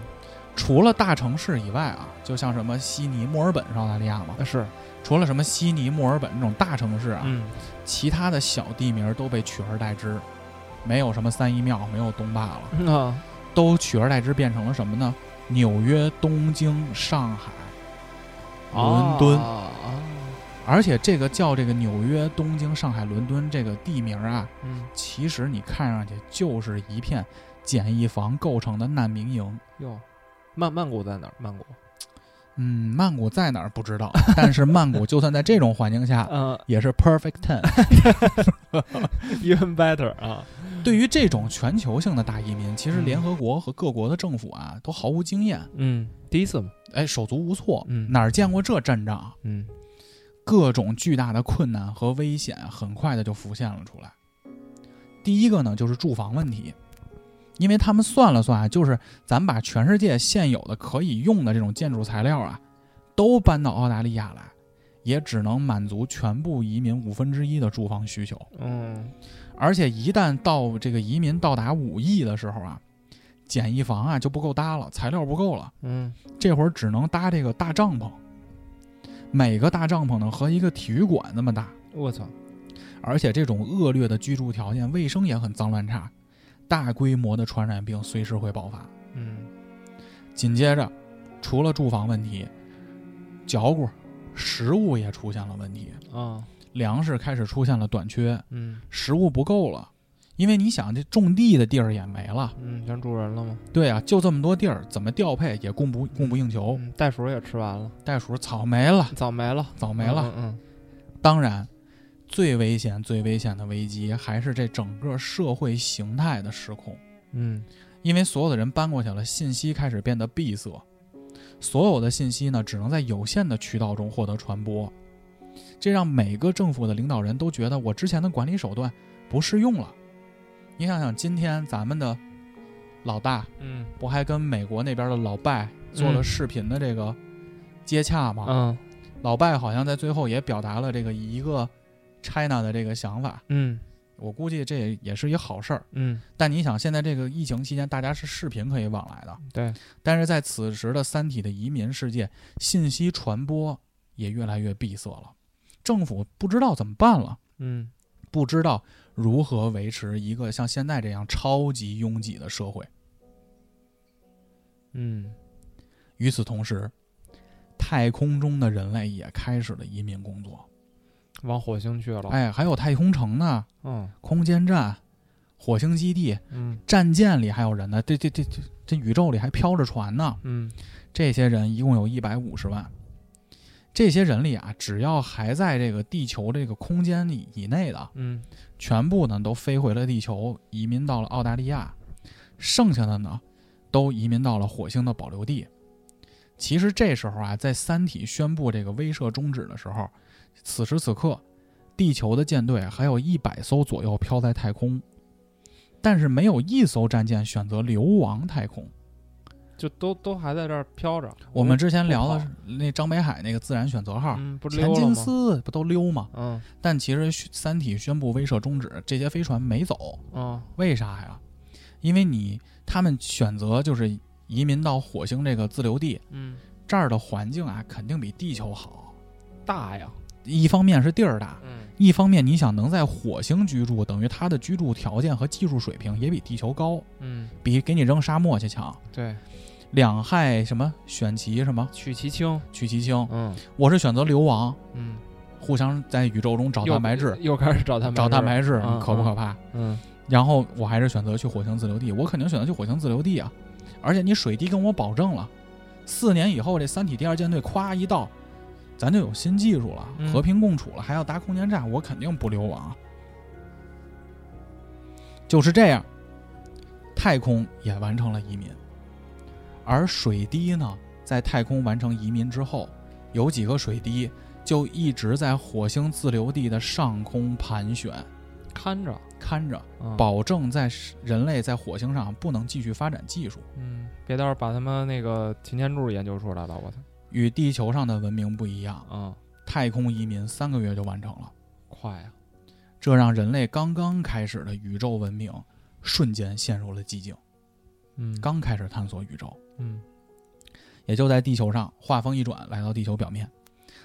Speaker 1: 除了大城市以外啊，就像什么悉尼、墨尔本是澳大利亚嘛，
Speaker 2: 那呃是
Speaker 1: 除了什么悉尼、墨尔本这种大城市啊，
Speaker 2: 嗯
Speaker 1: 其他的小地名都被取而代之，没有什么三一庙，没有东坝了，
Speaker 2: 嗯啊，
Speaker 1: 都取而代之变成了什么呢？纽约、东京、上海、 伦敦，
Speaker 2: 啊啊，
Speaker 1: 而且这个叫这个纽约、东京、上海、伦敦这个地名啊，
Speaker 2: 嗯
Speaker 1: 其实你看上去就是一片简易房构成的难民营。
Speaker 2: 哟，曼曼谷在哪儿？曼谷，
Speaker 1: 嗯，曼谷在哪儿不知道，但是曼谷就算在这种环境下，
Speaker 2: 嗯
Speaker 1: 也是 perfect ten。
Speaker 2: ，even better 啊，
Speaker 1: 对于这种全球性的大移民，其实联合国和各国的政府啊都毫无经验，
Speaker 2: 嗯，第一次嘛，
Speaker 1: 哎，手足无措，
Speaker 2: 嗯
Speaker 1: 哪儿见过这阵仗？
Speaker 2: 嗯
Speaker 1: 各种巨大的困难和危险很快的就浮现了出来。第一个呢，就是住房问题，因为他们算了算啊，就是咱把全世界现有的可以用的这种建筑材料啊，都搬到澳大利亚来，也只能满足全部移民五分之一的住房需求。
Speaker 2: 嗯，
Speaker 1: 而且一旦到这个移民到达五亿的时候啊，简易房啊就不够搭了，材料不够了，
Speaker 2: 嗯
Speaker 1: 这会儿只能搭这个大帐篷。每个大帐篷呢和一个体育馆那么大，
Speaker 2: 我操，
Speaker 1: 而且这种恶劣的居住条件，卫生也很脏乱差，大规模的传染病随时会爆发。
Speaker 2: 嗯
Speaker 1: 紧接着，除了住房问题，嚼骨、食物也出现了问题，
Speaker 2: 啊，
Speaker 1: 粮食开始出现了短缺，
Speaker 2: 嗯
Speaker 1: 食物不够了，因为你想这种地的地儿也没了，
Speaker 2: 嗯，全住人了吗？
Speaker 1: 对啊，就这么多地儿，怎么调配也供不供不应求。
Speaker 2: 嗯，袋鼠也吃完了，
Speaker 1: 袋鼠草没了，
Speaker 2: 早没了，
Speaker 1: 早没了。
Speaker 2: 嗯，
Speaker 1: 当然，最危险、最危险的危机还是这整个社会形态的失控，
Speaker 2: 嗯
Speaker 1: 因为所有的人搬过去了，信息开始变得闭塞，所有的信息呢只能在有限的渠道中获得传播，这让每个政府的领导人都觉得我之前的管理手段不适用了。你想想，今天咱们的老大
Speaker 2: 嗯
Speaker 1: 不还跟美国那边的老拜做了视频的这个接洽吗？
Speaker 2: 嗯
Speaker 1: 老拜好像在最后也表达了这个一个 China 的这个想法，
Speaker 2: 嗯
Speaker 1: 我估计这也是一好事儿。
Speaker 2: 嗯，
Speaker 1: 但你想，现在这个疫情期间，大家是视频可以往来的，
Speaker 2: 对，
Speaker 1: 但是在此时的三体的移民世界，信息传播也越来越闭塞了，政府不知道怎么办了，
Speaker 2: 嗯
Speaker 1: 不知道如何维持一个像现在这样超级拥挤的社会。
Speaker 2: 嗯
Speaker 1: 与此同时，太空中的人类也开始了移民工作。
Speaker 2: 往火星去了，，
Speaker 1: 哎，还有太空城呢，
Speaker 2: 嗯
Speaker 1: 空间站、火星基地、
Speaker 2: 嗯
Speaker 1: 战舰里还有人呢，这这这这这宇宙里还飘着船呢。
Speaker 2: 嗯
Speaker 1: 这些人一共有一百五十万。这些人里啊，只要还在这个地球这个空间以以内的，
Speaker 2: 嗯
Speaker 1: 全部呢都飞回了地球，移民到了澳大利亚，剩下的呢都移民到了火星的保留地。其实这时候啊，在《三体》宣布这个威慑终止的时候，此时此刻，地球的舰队还有一百艘左右飘在太空，但是没有一艘战舰选择流亡太空。
Speaker 2: 就都都还在这儿飘着。
Speaker 1: 我们之前聊
Speaker 2: 不
Speaker 1: 的那张北海那个自然选择号，
Speaker 2: 嗯，不溜
Speaker 1: 前
Speaker 2: 了
Speaker 1: 金
Speaker 2: 吗？
Speaker 1: 丝不都溜吗？
Speaker 2: 嗯
Speaker 1: 但其实《三体》宣布威慑终止，这些飞船没走，
Speaker 2: 嗯
Speaker 1: 为啥呀？因为你他们选择就是移民到火星这个自留地，
Speaker 2: 嗯，
Speaker 1: 这儿的环境啊肯定比地球好。
Speaker 2: 大呀，
Speaker 1: 一方面是地儿大，
Speaker 2: 嗯
Speaker 1: 一方面你想能在火星居住，等于它的居住条件和技术水平也比地球高，
Speaker 2: 嗯，
Speaker 1: 比给你扔沙漠去强。
Speaker 2: 对，
Speaker 1: 两害什么选其什么
Speaker 2: 取其轻，
Speaker 1: 取其轻，
Speaker 2: 嗯
Speaker 1: 我是选择流亡，
Speaker 2: 嗯，
Speaker 1: 互相在宇宙中找蛋白质，
Speaker 2: 又开始找蛋白
Speaker 1: 找蛋白质
Speaker 2: 嗯
Speaker 1: 可不可怕？
Speaker 2: 嗯
Speaker 1: 然后我还是选择去火星自留地，我肯定选择去火星自留地啊！而且你水滴跟我保证了，四年以后这三体第二舰队夸一到，咱就有新技术了，
Speaker 2: 嗯
Speaker 1: 和平共处了，还要搭空间站，我肯定不流亡啊。就是这样，太空也完成了移民。而水滴呢，在太空完成移民之后，有几个水滴就一直在火星自留地的上空盘旋，
Speaker 2: 看着，
Speaker 1: 看着，
Speaker 2: 嗯，
Speaker 1: 保证在是人类在火星上不能继续发展技术。
Speaker 2: 嗯，别到时候把他们那个擎天柱研究出来了，我操，
Speaker 1: 与地球上的文明不一样，
Speaker 2: 嗯，
Speaker 1: 太空移民三个月就完成了，
Speaker 2: 快啊，
Speaker 1: 这让人类刚刚开始的宇宙文明瞬间陷入了寂静。
Speaker 2: 嗯，，
Speaker 1: 刚开始探索宇宙，
Speaker 2: 嗯，
Speaker 1: 也就在地球上，话锋一转，来到地球表面。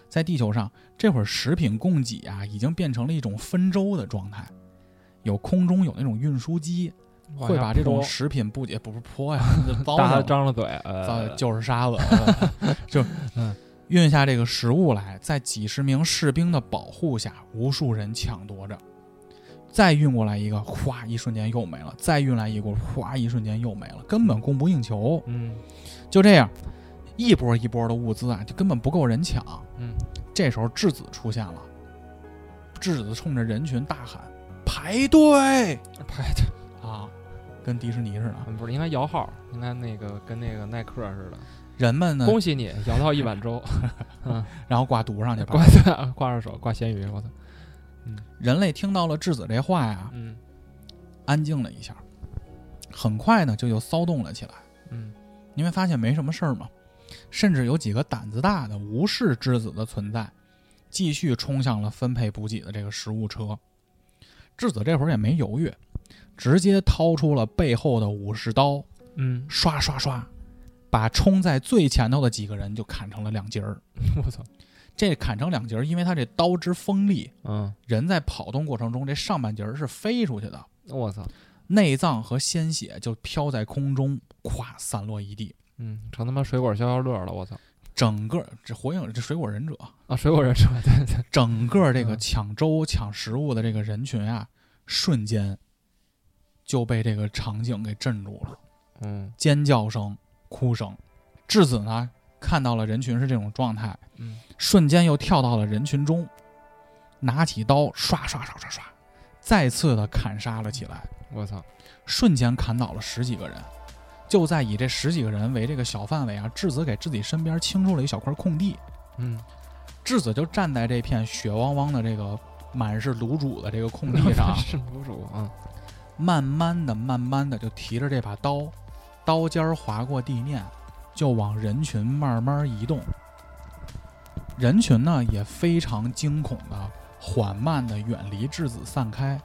Speaker 1: 在地球上，这会儿食品供给啊，已经变成了一种分粥的状态。有空中有那种运输机，
Speaker 2: 往
Speaker 1: 会
Speaker 2: 下
Speaker 1: 把这种
Speaker 2: 泼
Speaker 1: 食品不也不是泼 呀，就糟
Speaker 2: 大家
Speaker 1: 蹋
Speaker 2: 张了嘴，
Speaker 1: 糟
Speaker 2: 呃，
Speaker 1: 就是沙子，呃 就
Speaker 2: 嗯
Speaker 1: 运下这个食物来，在几十名士兵的保护下，无数人抢夺着。再运过来一个，哗，一瞬间又没了；再运来一锅，哗，一瞬间又没了，根本供不应求。
Speaker 2: 嗯
Speaker 1: 就这样，一波一波的物资啊，就根本不够人抢。
Speaker 2: 嗯，
Speaker 1: 这时候质子出现了，质子冲着人群大喊：“排队
Speaker 2: 排队，！”
Speaker 1: 啊，跟迪士尼似的。
Speaker 2: 啊
Speaker 1: 啊
Speaker 2: 不是应该摇号，应该那个跟那个耐克似的，
Speaker 1: 人们呢，
Speaker 2: 恭喜你摇到一碗粥，
Speaker 1: 然后挂读 上去吧
Speaker 2: 挂。在挂上手，挂咸鱼，我操，
Speaker 1: 人类听到了质子这话呀，
Speaker 2: 嗯
Speaker 1: 安静了一下，很快呢就又骚动了起来。
Speaker 2: 嗯
Speaker 1: 因为发现没什么事儿嘛，甚至有几个胆子大的无视质子的存在，继续冲向了分配补给的这个食物车。质子这会儿也没犹豫，直接掏出了背后的武士刀，
Speaker 2: 嗯，
Speaker 1: 刷刷刷，把冲在最前头的几个人就砍成了两截儿。
Speaker 2: 我操，
Speaker 1: 这砍成两截儿，因为他这刀之锋利，
Speaker 2: 嗯，
Speaker 1: 人在跑动过程中，这上半截儿是飞出去的，
Speaker 2: 我操，
Speaker 1: 内脏和鲜血就飘在空中，咵散落一地。
Speaker 2: 嗯，成他妈水果消消乐了，我操，
Speaker 1: 整个这火影这水果忍者，
Speaker 2: 啊，水果人是吧？对对，
Speaker 1: 整个这个
Speaker 2: 嗯
Speaker 1: 抢粥、抢食物的这个人群啊，瞬间就被这个场景给镇住了，
Speaker 2: 嗯
Speaker 1: 尖叫声、哭声。质子呢，看到了人群是这种状态，
Speaker 2: 嗯，
Speaker 1: 瞬间又跳到了人群中，拿起刀，刷刷刷刷刷，再次的砍杀了起来，
Speaker 2: 我操，
Speaker 1: 瞬间砍倒了十几个人。就在以这十几个人为这个小范围啊，质子给自己身边清出了一小块空地，
Speaker 2: 嗯，，
Speaker 1: 质子就站在这片血汪汪的这个满是卤煮的这个空地上
Speaker 2: 是卤煮啊，
Speaker 1: 慢慢的、慢慢的就提着这把刀，刀尖儿划过地面，就往人群慢慢移动。人群呢也非常惊恐的、缓慢的远离质子散开。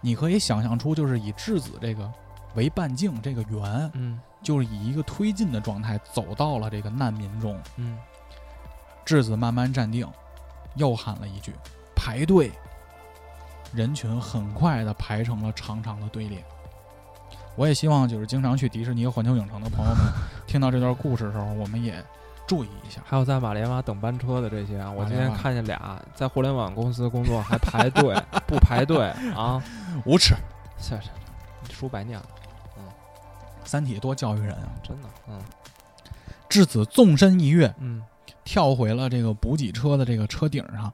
Speaker 1: 你可以想象出，就是以质子这个为半径这个圆，
Speaker 2: 嗯
Speaker 1: 就是以一个推进的状态走到了这个难民中。
Speaker 2: 嗯，
Speaker 1: 质子慢慢站定，又喊了一句：“排队！”人群很快的排成了长长的队列。我也希望就是经常去迪士尼、环球影城的朋友 们，听到这段故事的时候，我们也注意一下。
Speaker 2: 还有在马连洼等班车的这些啊，我
Speaker 1: 马
Speaker 2: 今
Speaker 1: 连
Speaker 2: 天
Speaker 1: 洼
Speaker 2: 看见俩在互联网公司工作还排 队不排队啊，
Speaker 1: 无耻！《
Speaker 2: 是是，书白念了，
Speaker 1: 三体》多教育人啊！
Speaker 2: 真的，嗯
Speaker 1: 质子纵身一跃，
Speaker 2: 嗯
Speaker 1: 跳回了这个补给车的这个车顶上，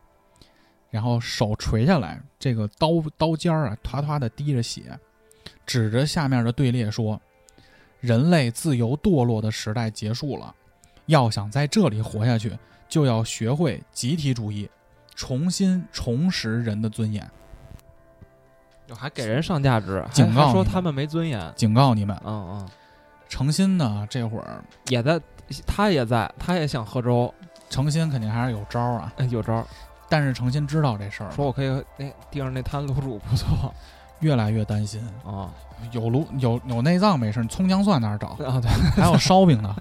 Speaker 1: 然后手垂下来，这个刀刀尖儿啊，歘歘的滴着血，指着下面的队列说：“人类自由堕落的时代结束了，要想在这里活下去，就要学会集体主义，重新重拾人的尊严。
Speaker 2: 就还给人上价值，还
Speaker 1: 警告
Speaker 2: 还说
Speaker 1: 你
Speaker 2: 他们没尊严，”
Speaker 1: 警告你们，
Speaker 2: 嗯嗯，
Speaker 1: 诚心呢，这会儿
Speaker 2: 也在，他也在，他也想喝粥，
Speaker 1: 诚心肯定还是有招儿啊，
Speaker 2: 哎有招儿，
Speaker 1: 但是诚心知道这事儿，
Speaker 2: 说我可以那、地上那摊卤煮不错
Speaker 1: 越来越担心，
Speaker 2: 啊
Speaker 1: 有炉有有内脏没事，葱姜蒜哪儿找？
Speaker 2: 啊对，
Speaker 1: 还有烧饼 呢。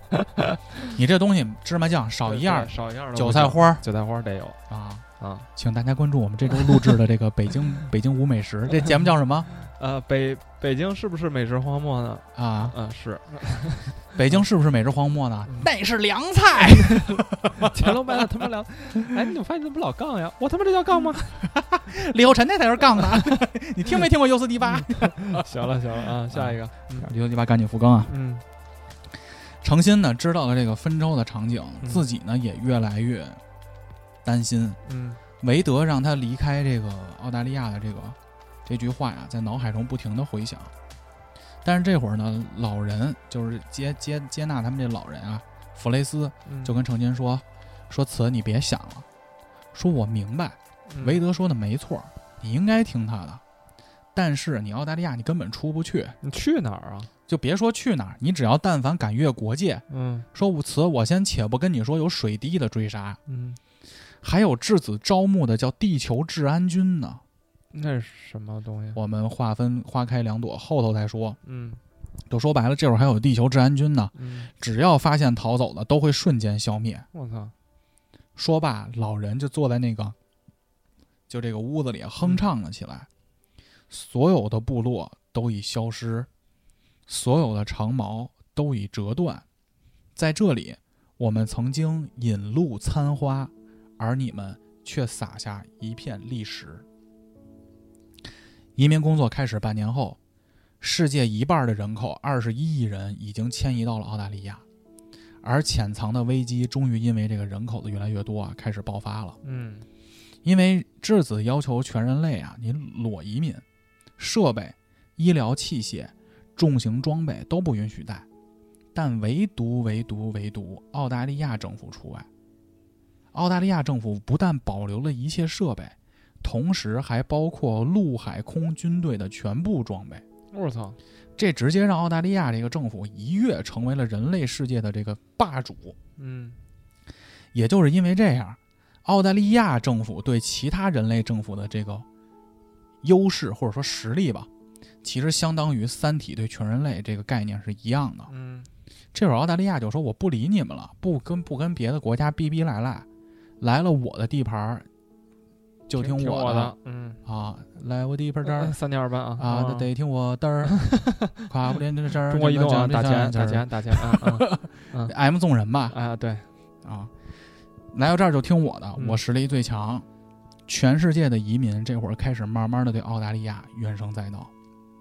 Speaker 1: 你这东西芝麻酱少一样
Speaker 2: 对，少一样儿都
Speaker 1: 韭
Speaker 2: 不
Speaker 1: 菜
Speaker 2: 行，
Speaker 1: 花儿
Speaker 2: 韭菜花儿得有
Speaker 1: 啊，
Speaker 2: 啊，
Speaker 1: 请大家关注我们这周录制的这个北京北京无美食，这节目叫什么
Speaker 2: 呃北北京是不是美食荒漠呢？
Speaker 1: 啊？
Speaker 2: 嗯、 是，
Speaker 1: 北京是不是美食荒漠呢
Speaker 2: 嗯？
Speaker 1: 那是凉菜。
Speaker 2: 乾隆白 了他妈聊，哎你怎么发现怎么老杠呀？我他妈这叫杠吗？
Speaker 1: 李后晨那才是杠呢。 你听没听过优斯迪巴？
Speaker 2: 行了行了 啊，下一个，嗯
Speaker 1: 优斯迪巴赶紧复更啊！
Speaker 2: 嗯
Speaker 1: 诚心呢知道了这个分粥的场景，
Speaker 2: 嗯
Speaker 1: 自己呢也越来越担心。
Speaker 2: 嗯
Speaker 1: 韦德让他离开这个澳大利亚的这个这句话呀、在脑海中不停的回响。但是这会儿呢，老人就是接接接纳他们这老人啊，弗雷斯
Speaker 2: 嗯
Speaker 1: 就跟成金说：“说慈，你别想了，说我明白，韦
Speaker 2: 嗯
Speaker 1: 德说的没错，你应该听他的。但是你澳大利亚，你根本出不去，
Speaker 2: 你去哪儿啊？
Speaker 1: 就别说去哪儿，你只要但凡敢越国界，
Speaker 2: 嗯
Speaker 1: 说我慈，我先且不跟你说有水滴的追杀，
Speaker 2: 嗯，
Speaker 1: 还有质子招募的叫地球治安军呢。
Speaker 2: 那是什么东西？
Speaker 1: 我们划分花开两朵，后头再说。
Speaker 2: 嗯
Speaker 1: 就说白了，这会儿还有地球治安军呢，
Speaker 2: 嗯，
Speaker 1: 只要发现逃走的，都会瞬间消灭。
Speaker 2: 我操，
Speaker 1: 说罢，老人就坐在那个，就这个屋子里哼唱了起来。所有的部落都已消失，所有的长矛都已折断。在这里，我们曾经引路参花，而你们却撒下一片砾石。移民工作开始半年后，世界一半的人口，二十一亿人，已经迁移到了澳大利亚。而潜藏的危机终于因为这个人口的越来越多啊，开始爆发了。
Speaker 2: 嗯
Speaker 1: 因为质子要求全人类啊，你裸移民，设备、医疗器械、重型装备都不允许带，但唯独唯独唯独澳大利亚政府除外。澳大利亚政府不但保留了一切设备，同时还包括陆海空军队的全部装备。
Speaker 2: 我操，
Speaker 1: 这直接让澳大利亚这个政府一跃成为了人类世界的这个霸主。
Speaker 2: 嗯
Speaker 1: 也就是因为这样，澳大利亚政府对其他人类政府的这个优势或者说实力吧，其实相当于“三体”对全人类这个概念是一样的。
Speaker 2: 嗯
Speaker 1: 这会儿澳大利亚就说：“我不理你们了，不跟不跟别的国家逼逼赖赖，来了我的地盘儿就
Speaker 2: 听
Speaker 1: 我
Speaker 2: 我
Speaker 1: 的，
Speaker 2: 嗯，
Speaker 1: 啊，来我地盘儿这儿
Speaker 2: 嗯三点二班啊
Speaker 1: 啊，那得听我嘚 儿，垮不连这这儿，
Speaker 2: 中国移动啊，
Speaker 1: 这
Speaker 2: 打
Speaker 1: 这
Speaker 2: 钱
Speaker 1: 这
Speaker 2: 打钱打钱啊
Speaker 1: ，M 纵人吧
Speaker 2: 啊，啊！对，
Speaker 1: 啊，来到这儿就听我的，
Speaker 2: 嗯
Speaker 1: 我实力最强。全世界的移民这会儿开始慢慢的对澳大利亚怨声载道，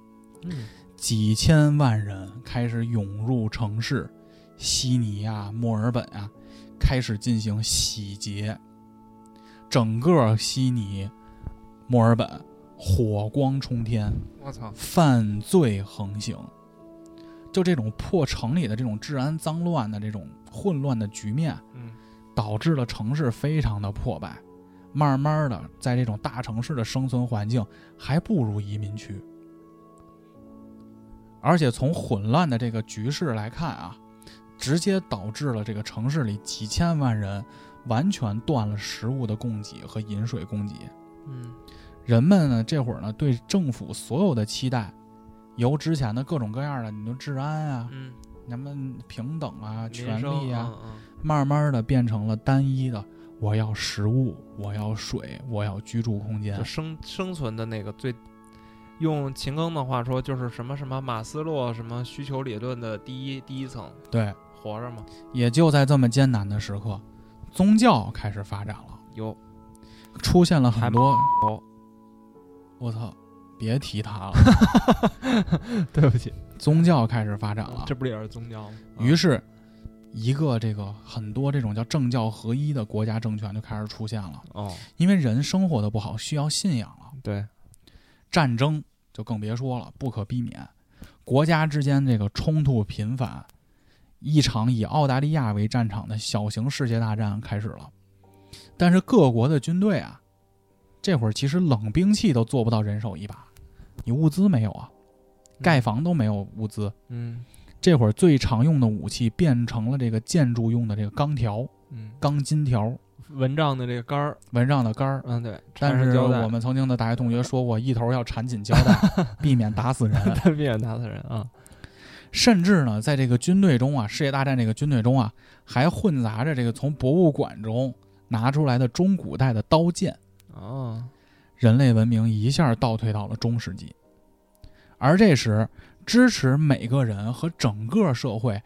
Speaker 2: 嗯
Speaker 1: 几千万人开始涌入城市，悉尼啊、墨尔本啊，开始进行洗劫，整个悉尼、墨尔本火光冲天，
Speaker 2: 我操，
Speaker 1: 犯罪横行。就这种破城里的这种治安脏乱的这种混乱的局面，
Speaker 2: 嗯
Speaker 1: 导致了城市非常的破败。慢慢的，在这种大城市的生存环境还不如移民区。而且从混乱的这个局势来看啊，直接导致了这个城市里几千万人完全断了食物的供给和饮水供给。
Speaker 2: 嗯
Speaker 1: 人们呢，这会儿呢对政府所有的期待，由之前的各种各样的，你说治安啊，
Speaker 2: 嗯，
Speaker 1: 什么平等啊、权
Speaker 2: 民生
Speaker 1: 利啊，
Speaker 2: 嗯嗯
Speaker 1: 慢慢的变成了单一的，我要食物，我要水，我要居住空间
Speaker 2: 嗯就。生生存的那个最，用秦庚的话说，就是什么什么马斯洛什么需求理论的第一第一层，
Speaker 1: 对，
Speaker 2: 活着嘛。
Speaker 1: 也就在这么艰难的时刻，宗教开始发展了，
Speaker 2: 有
Speaker 1: 出现了很多。
Speaker 2: 有，
Speaker 1: 我操，别提它了，
Speaker 2: 对不起，啊
Speaker 1: 宗教开始发展了。
Speaker 2: 这不也是宗教吗？嗯
Speaker 1: 于是，一个这个很多这种叫政教合一的国家政权就开始出现了，
Speaker 2: 哦，
Speaker 1: 因为人生活的不好，需要信仰了。
Speaker 2: 对，
Speaker 1: 战争就更别说了，不可避免。国家之间这个冲突频繁，一场以澳大利亚为战场的小型世界大战开始了。但是各国的军队啊，这会儿其实冷兵器都做不到人手一把，你物资没有啊，盖房都没有物资。
Speaker 2: 嗯
Speaker 1: 这会儿最常用的武器变成了这个建筑用的这个钢条、
Speaker 2: 嗯，
Speaker 1: 钢筋条、
Speaker 2: 蚊帐的这个杆儿，
Speaker 1: 蚊帐的杆儿。
Speaker 2: 嗯对，
Speaker 1: 但是
Speaker 2: 胶带
Speaker 1: 我们曾经的大学同学说过，一头要缠紧胶 带，避免打死人。
Speaker 2: 他避免打死人啊，
Speaker 1: 甚至呢，在这个军队中啊，世界大战这个军队中啊，还混杂着这个从博物馆中拿出来的中古代的刀剑。
Speaker 2: 哦，
Speaker 1: 人类文明一下倒退到了中世纪，而这时支持每个人和整个社会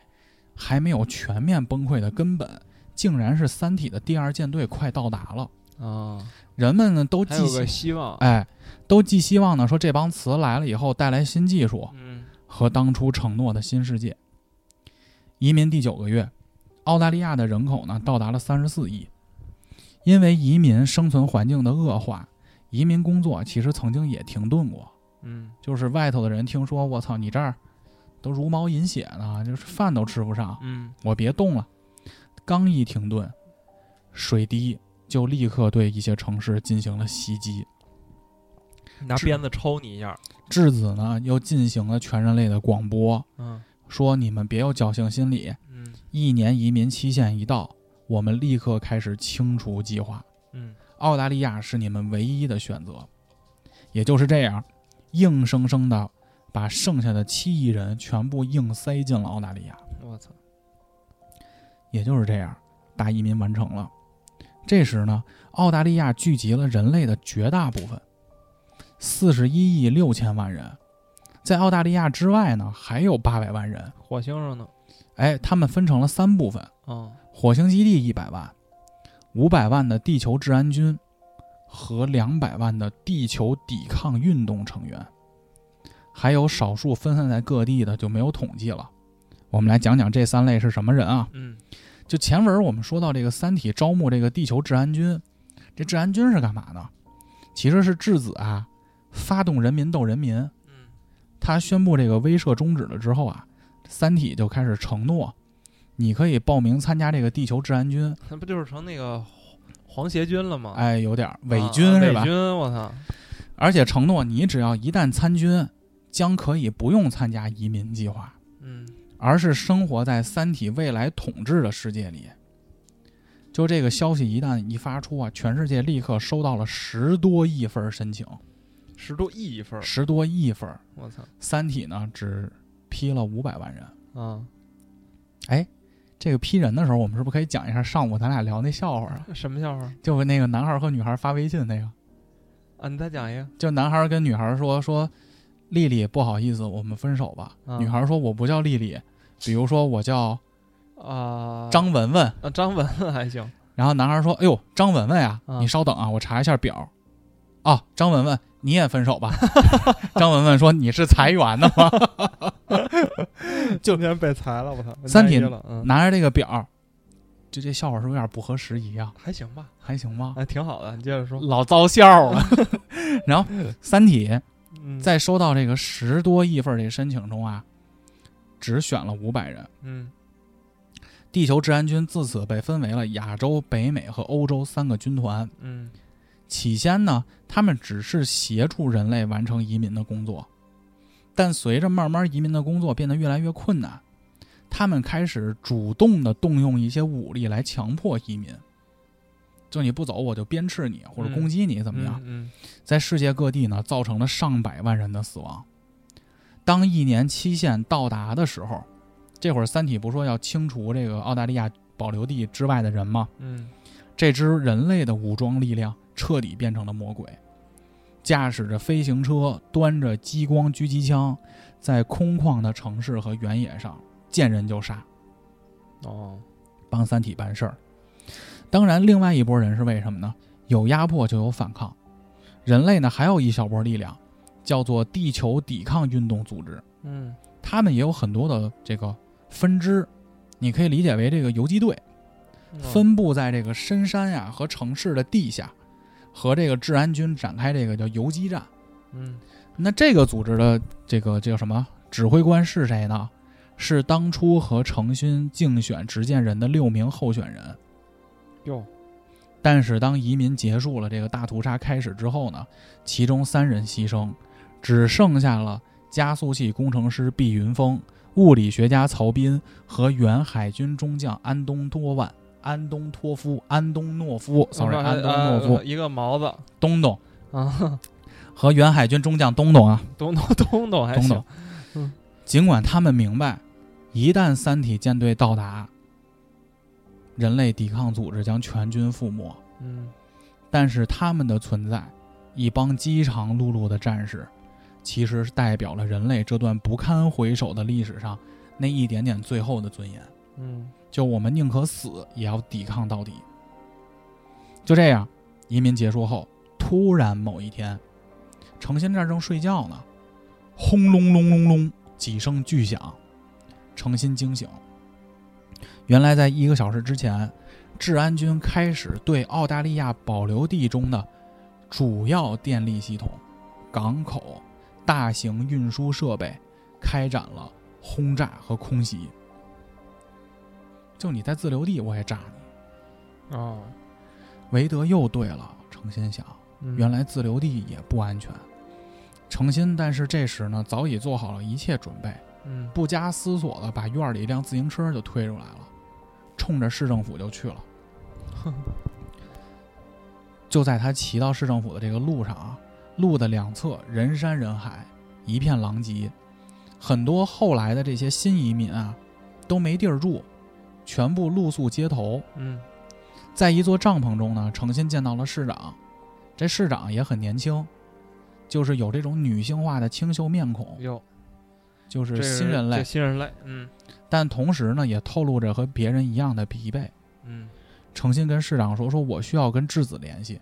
Speaker 1: 还没有全面崩溃的根本，竟然是《三体》的第二舰队快到达了。
Speaker 2: 哦，
Speaker 1: 人们呢都
Speaker 2: 还
Speaker 1: 寄
Speaker 2: 有
Speaker 1: 希
Speaker 2: 个希望，
Speaker 1: 哎，都寄希望呢，说这帮词来了以后带来新技术，
Speaker 2: 嗯
Speaker 1: 和当初承诺的新世界。移民第九个月，澳大利亚的人口呢到达了三十四亿。因为移民生存环境的恶化，移民工作其实曾经也停顿过。
Speaker 2: 嗯
Speaker 1: 就是外头的人听说，我操，你这儿都茹毛饮血呢，就是饭都吃不上，
Speaker 2: 嗯
Speaker 1: 我别动了。刚一停顿，水滴就立刻对一些城市进行了袭击。
Speaker 2: 拿
Speaker 1: 是
Speaker 2: 鞭子抽你一下，
Speaker 1: 质子呢又进行了全人类的广播，
Speaker 2: 嗯
Speaker 1: 说你们别有侥幸心理，
Speaker 2: 嗯
Speaker 1: 一年移民期限一到，我们立刻开始清除计划。
Speaker 2: 嗯，
Speaker 1: 澳大利亚是你们唯一的选择。也就是这样，硬生生的把剩下的七亿人全部硬塞进了澳大利亚。
Speaker 2: 我操，
Speaker 1: 也就是这样，大移民完成了。这时呢，澳大利亚聚集了人类的绝大部分，四十一亿六千万人。在澳大利亚之外呢，还有八百万人。
Speaker 2: 火星上呢，
Speaker 1: 哎，他们分成了三部分：
Speaker 2: 嗯
Speaker 1: 火星基地一百万，五百万的地球治安军和两百万的地球抵抗运动成员，还有少数分散在各地的就没有统计了。我们来讲讲这三类是什么人啊？
Speaker 2: 嗯
Speaker 1: 就前文我们说到这个《三体》招募这个地球治安军，这治安军是干嘛呢？其实是质子啊，发动人民斗人民。
Speaker 2: 嗯
Speaker 1: 他宣布这个威慑终止了之后啊，《三体》就开始承诺，你可以报名参加这个地球治安军。
Speaker 2: 那不就是成那个黄皇协军了吗？
Speaker 1: 哎，有点儿伪
Speaker 2: 啊
Speaker 1: 军是
Speaker 2: 伪
Speaker 1: 吧？
Speaker 2: 军，我操，
Speaker 1: 而且承诺你只要一旦参军，将可以不用参加移民计划，
Speaker 2: 嗯
Speaker 1: 而是生活在《三体》未来统治的世界里。就这个消息一旦一发出啊，全世界立刻收到了十多亿份儿申请，
Speaker 2: 十多亿一份儿，
Speaker 1: 十多亿份儿。
Speaker 2: 我操，
Speaker 1: 《三体呢》只批了五百万人。
Speaker 2: 啊，
Speaker 1: 这个批人的时候，我们是不是可以讲一下上午咱俩聊那笑话啊？
Speaker 2: 什么笑话
Speaker 1: 就是那个男孩和女孩发微信那个，
Speaker 2: 啊？你再讲一个，
Speaker 1: 就男孩跟女孩说说，丽丽不好意思，我们分手吧。
Speaker 2: 嗯
Speaker 1: 女孩说我不叫丽丽，比如说我叫
Speaker 2: 啊，
Speaker 1: 张文文。
Speaker 2: 啊张文文还行，
Speaker 1: 然后男孩说：“哎呦，张文文呀、
Speaker 2: 嗯
Speaker 1: 你稍等啊，我查一下表。”哦，张文文，你也分手吧？ 张文文说：“你是裁员的吗
Speaker 2: 就年被裁了，我操，
Speaker 1: 三体
Speaker 2: 文摘一了，？” 嗯，
Speaker 1: 拿着这个表，就这笑话是不是有点不合时宜啊？
Speaker 2: 还行吧，
Speaker 1: 还行吗？
Speaker 2: 啊，挺好的，你接着说，
Speaker 1: 老遭笑了。然后《三体》
Speaker 2: 嗯，
Speaker 1: 在收到这个十多亿份儿这申请中啊，只选了五百人。
Speaker 2: 嗯
Speaker 1: 地球治安军自此被分为了亚洲、北美和欧洲三个军团。
Speaker 2: 嗯
Speaker 1: 起先呢，他们只是协助人类完成移民的工作，但随着慢慢移民的工作变得越来越困难，他们开始主动的动用一些武力来强迫移民。就你不走，我就鞭笞你或者攻击你，怎么样？
Speaker 2: 嗯
Speaker 1: 在世界各地呢，造成了上百万人的死亡。当一年期限到达的时候，这会儿《三体》不说要清除这个澳大利亚保留地之外的人吗？
Speaker 2: 嗯
Speaker 1: 这支人类的武装力量彻底变成了魔鬼，驾驶着飞行车，端着激光狙击枪，在空旷的城市和原野上见人就杀，
Speaker 2: 嗯，哦，
Speaker 1: 帮三体办事儿。当然，另外一拨人是为什么呢？有压迫就有反抗。人类呢，还有一小波力量，叫做地球抵抗运动组织，
Speaker 2: 嗯
Speaker 1: 他们也有很多的这个分支，你可以理解为这个游击队。
Speaker 2: 哦
Speaker 1: 分布在这个深山呀、和城市的地下，和这个治安军展开这个叫游击战。
Speaker 2: 嗯
Speaker 1: 那这个组织的这个叫什么指挥官是谁呢？是当初和诚心竞选执剑人的六名候选人。
Speaker 2: 哟，
Speaker 1: 但是当移民结束了这个大屠杀开始之后呢，其中三人牺牲，只剩下了加速器工程师毕云峰、物理学家曹彬和原海军中将安东多万、安东托夫、安东诺夫，sorry，
Speaker 2: 啊
Speaker 1: 安东诺夫、
Speaker 2: 啊一个毛子
Speaker 1: 东东
Speaker 2: 啊，
Speaker 1: 和原海军中将东东啊，
Speaker 2: 懂懂懂懂还
Speaker 1: 东
Speaker 2: 行
Speaker 1: 东。尽管他们明白，一旦三体舰队到达，人类抵抗组织将全军覆没。
Speaker 2: 嗯
Speaker 1: 但是他们的存在，一帮饥肠辘辘的战士，其实是代表了人类这段不堪回首的历史上那一点点最后的尊严。
Speaker 2: 嗯
Speaker 1: 就我们宁可死，也要抵抗到底。就这样，移民结束后，突然某一天，诚心这儿正睡觉呢，轰隆隆隆隆几声巨响，诚心惊醒。原来在一个小时之前，治安军开始对澳大利亚保留地中的主要电力系统、港口、大型运输设备开展了轰炸和空袭。就你在自留地，我也炸你。
Speaker 2: 哦，
Speaker 1: 韦德又对了，程心想，
Speaker 2: 嗯
Speaker 1: 原来自留地也不安全。程心，但是这时呢，早已做好了一切准备，
Speaker 2: 嗯
Speaker 1: 不加思索的把院里一辆自行车就推出来了，冲着市政府就去了。就在他骑到市政府的这个路上啊，路的两侧人山人海，一片狼藉，很多后来的这些新移民啊，都没地儿住，全部露宿街头。
Speaker 2: 嗯
Speaker 1: 在一座帐篷中呢，诚心见到了市长，这市长也很年轻，就是有这种女性化的清秀面孔，
Speaker 2: 哟，
Speaker 1: 就
Speaker 2: 这
Speaker 1: 是新人类
Speaker 2: 这，新人类，嗯
Speaker 1: 但同时呢，也透露着和别人一样的疲惫。
Speaker 2: 嗯
Speaker 1: 诚心跟市长说：“说我需要跟质子联系。”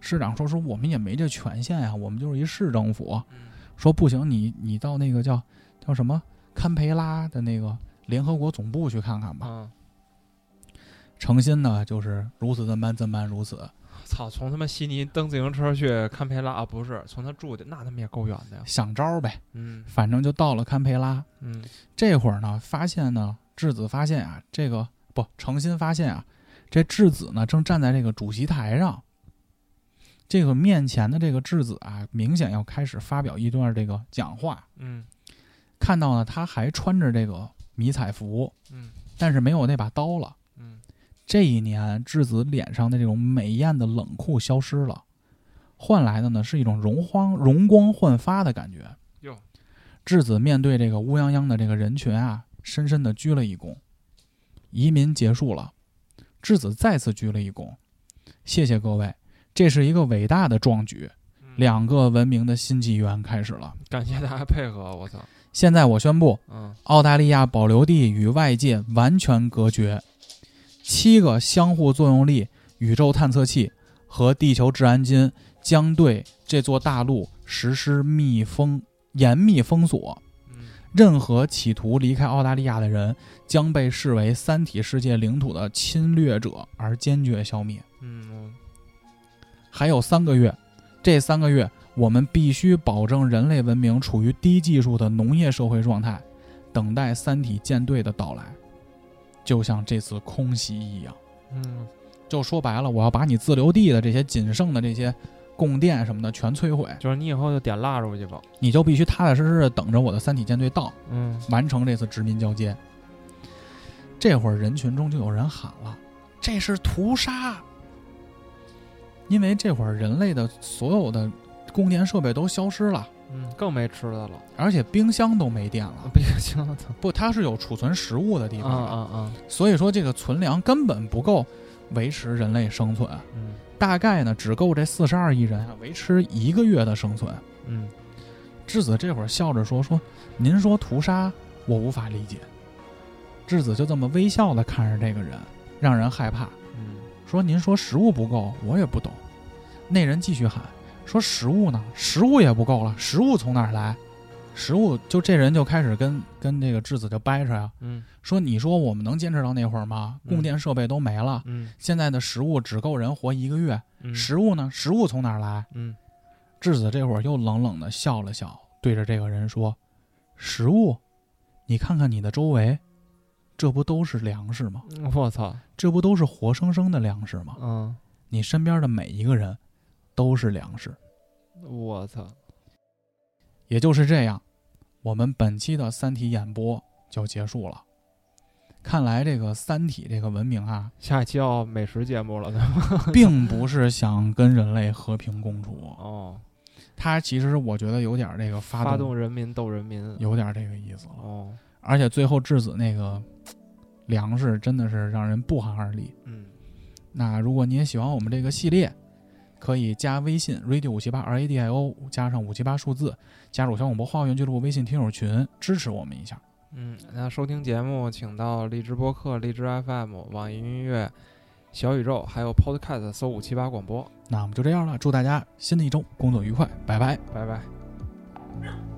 Speaker 1: 市长说：“说我们也没这权限呀、我们就是一市政府。
Speaker 2: 嗯
Speaker 1: 说不行，你你到那个叫叫什么堪培拉的那个联合国总部去看看吧。
Speaker 2: 啊，
Speaker 1: 诚心呢，就是如此这般这般如此。
Speaker 2: 操，从他妈悉尼蹬自行车去堪培拉啊，不是，从他住的，那他妈也够远的呀，
Speaker 1: 想招儿呗，
Speaker 2: 嗯
Speaker 1: 反正就到了堪培拉。
Speaker 2: 嗯
Speaker 1: 这会儿呢，发现呢，质子发现啊，这个不诚心发现啊，这质子呢正站在这个主席台上，这个面前的这个质子啊，明显要开始发表一段这个讲话。
Speaker 2: 嗯
Speaker 1: 看到呢，他还穿着这个迷彩服，
Speaker 2: 嗯
Speaker 1: 但是没有那把刀了。
Speaker 2: 嗯，
Speaker 1: 这一年，质子脸上的这种美艳的冷酷消失了，换来的呢是一种容光容光焕发的感觉。
Speaker 2: 哟，
Speaker 1: 质子面对这个乌泱泱的这个人群啊，深深的鞠了一躬。移民结束了，质子再次鞠了一躬，谢谢各位，这是一个伟大的壮举，
Speaker 2: 嗯
Speaker 1: 两个文明的新纪元开始了。
Speaker 2: 感谢大家配合，我操，
Speaker 1: 现在我宣布，
Speaker 2: 嗯
Speaker 1: 澳大利亚保留地与外界完全隔绝，七个相互作用力宇宙探测器和地球治安金将对这座大陆实施密封严密封锁。
Speaker 2: 嗯
Speaker 1: 任何企图离开澳大利亚的人将被视为三体世界领土的侵略者而坚决消灭。
Speaker 2: 嗯，
Speaker 1: 还有三个月，这三个月我们必须保证人类文明处于低技术的农业社会状态，等待三体舰队的到来，就像这次空袭一样。
Speaker 2: 嗯
Speaker 1: 就说白了，我要把你自留地的这些仅剩的这些供电什么的全摧毁，
Speaker 2: 就是你以后就点蜡烛去吧，
Speaker 1: 你就必须踏踏实实的等着我的三体舰队到。
Speaker 2: 嗯
Speaker 1: 完成这次殖民交接。这会儿人群中就有人喊了：“这是屠杀！”因为这会儿人类的所有的供电设备都消失了，
Speaker 2: 嗯，更没吃的 了，
Speaker 1: 而且冰箱都没电
Speaker 2: 啊
Speaker 1: 了。
Speaker 2: 不行，我操，
Speaker 1: 不，它是有储存食物的地
Speaker 2: 啊
Speaker 1: 方的，
Speaker 2: 啊啊，
Speaker 1: 所以说这个存粮根本不够维持人类生存，
Speaker 2: 嗯
Speaker 1: 大概呢只够这四十二亿人啊维持一个月的生存。
Speaker 2: 嗯
Speaker 1: 质子这会儿笑着说：“说您说屠杀，我无法理解。”质子就这么微笑的看着这个人，让人害怕。
Speaker 2: 嗯，
Speaker 1: 说：“您说食物不够，我也不懂。”那人继续喊：“说食物呢？食物也不够了，食物从哪儿来？食物就这人就开始跟跟这个质子就掰扯呀，
Speaker 2: 嗯
Speaker 1: 说你说我们能坚持到那会儿吗？
Speaker 2: 嗯
Speaker 1: 供电设备都没了，
Speaker 2: 嗯
Speaker 1: 现在的食物只够人活一个月，
Speaker 2: 嗯，
Speaker 1: 食物呢？食物从哪儿来？”
Speaker 2: 嗯
Speaker 1: 质子这会儿又冷冷地笑了笑，对着这个人说：“食物，你看看你的周围，这不都是粮食吗？
Speaker 2: 嗯，我操，
Speaker 1: 这不都是活生生的粮食吗？
Speaker 2: 嗯，
Speaker 1: 你身边的每一个人都是粮食。
Speaker 2: 我操，”
Speaker 1: 也就是这样，我们本期的《三体》演播就结束了。看来这个《三体》这个文明啊，
Speaker 2: 下一期要美食节目了，对吧？
Speaker 1: 并不是想跟人类和平共处，
Speaker 2: 哦，
Speaker 1: 它其实我觉得有点儿这个发动，
Speaker 2: 发动人民斗人民，
Speaker 1: 有点儿这个意思了。
Speaker 2: 哦，
Speaker 1: 而且最后质子那个粮食真的是让人不寒而栗。
Speaker 2: 嗯，
Speaker 1: 那如果你也喜欢我们这个系列，可以加微信 radio 五七八 r a d i o 加上五七八数字，加入小广播花园俱乐部微信听友群，支持我们一下。
Speaker 2: 嗯，那收听节目，请到荔枝播客、荔枝 FM、网易云音乐、小宇宙，还有 Podcast 搜五七八广播。
Speaker 1: 那我们就这样了，祝大家新的一周工作愉快，拜拜。
Speaker 2: 拜拜。
Speaker 3: Thank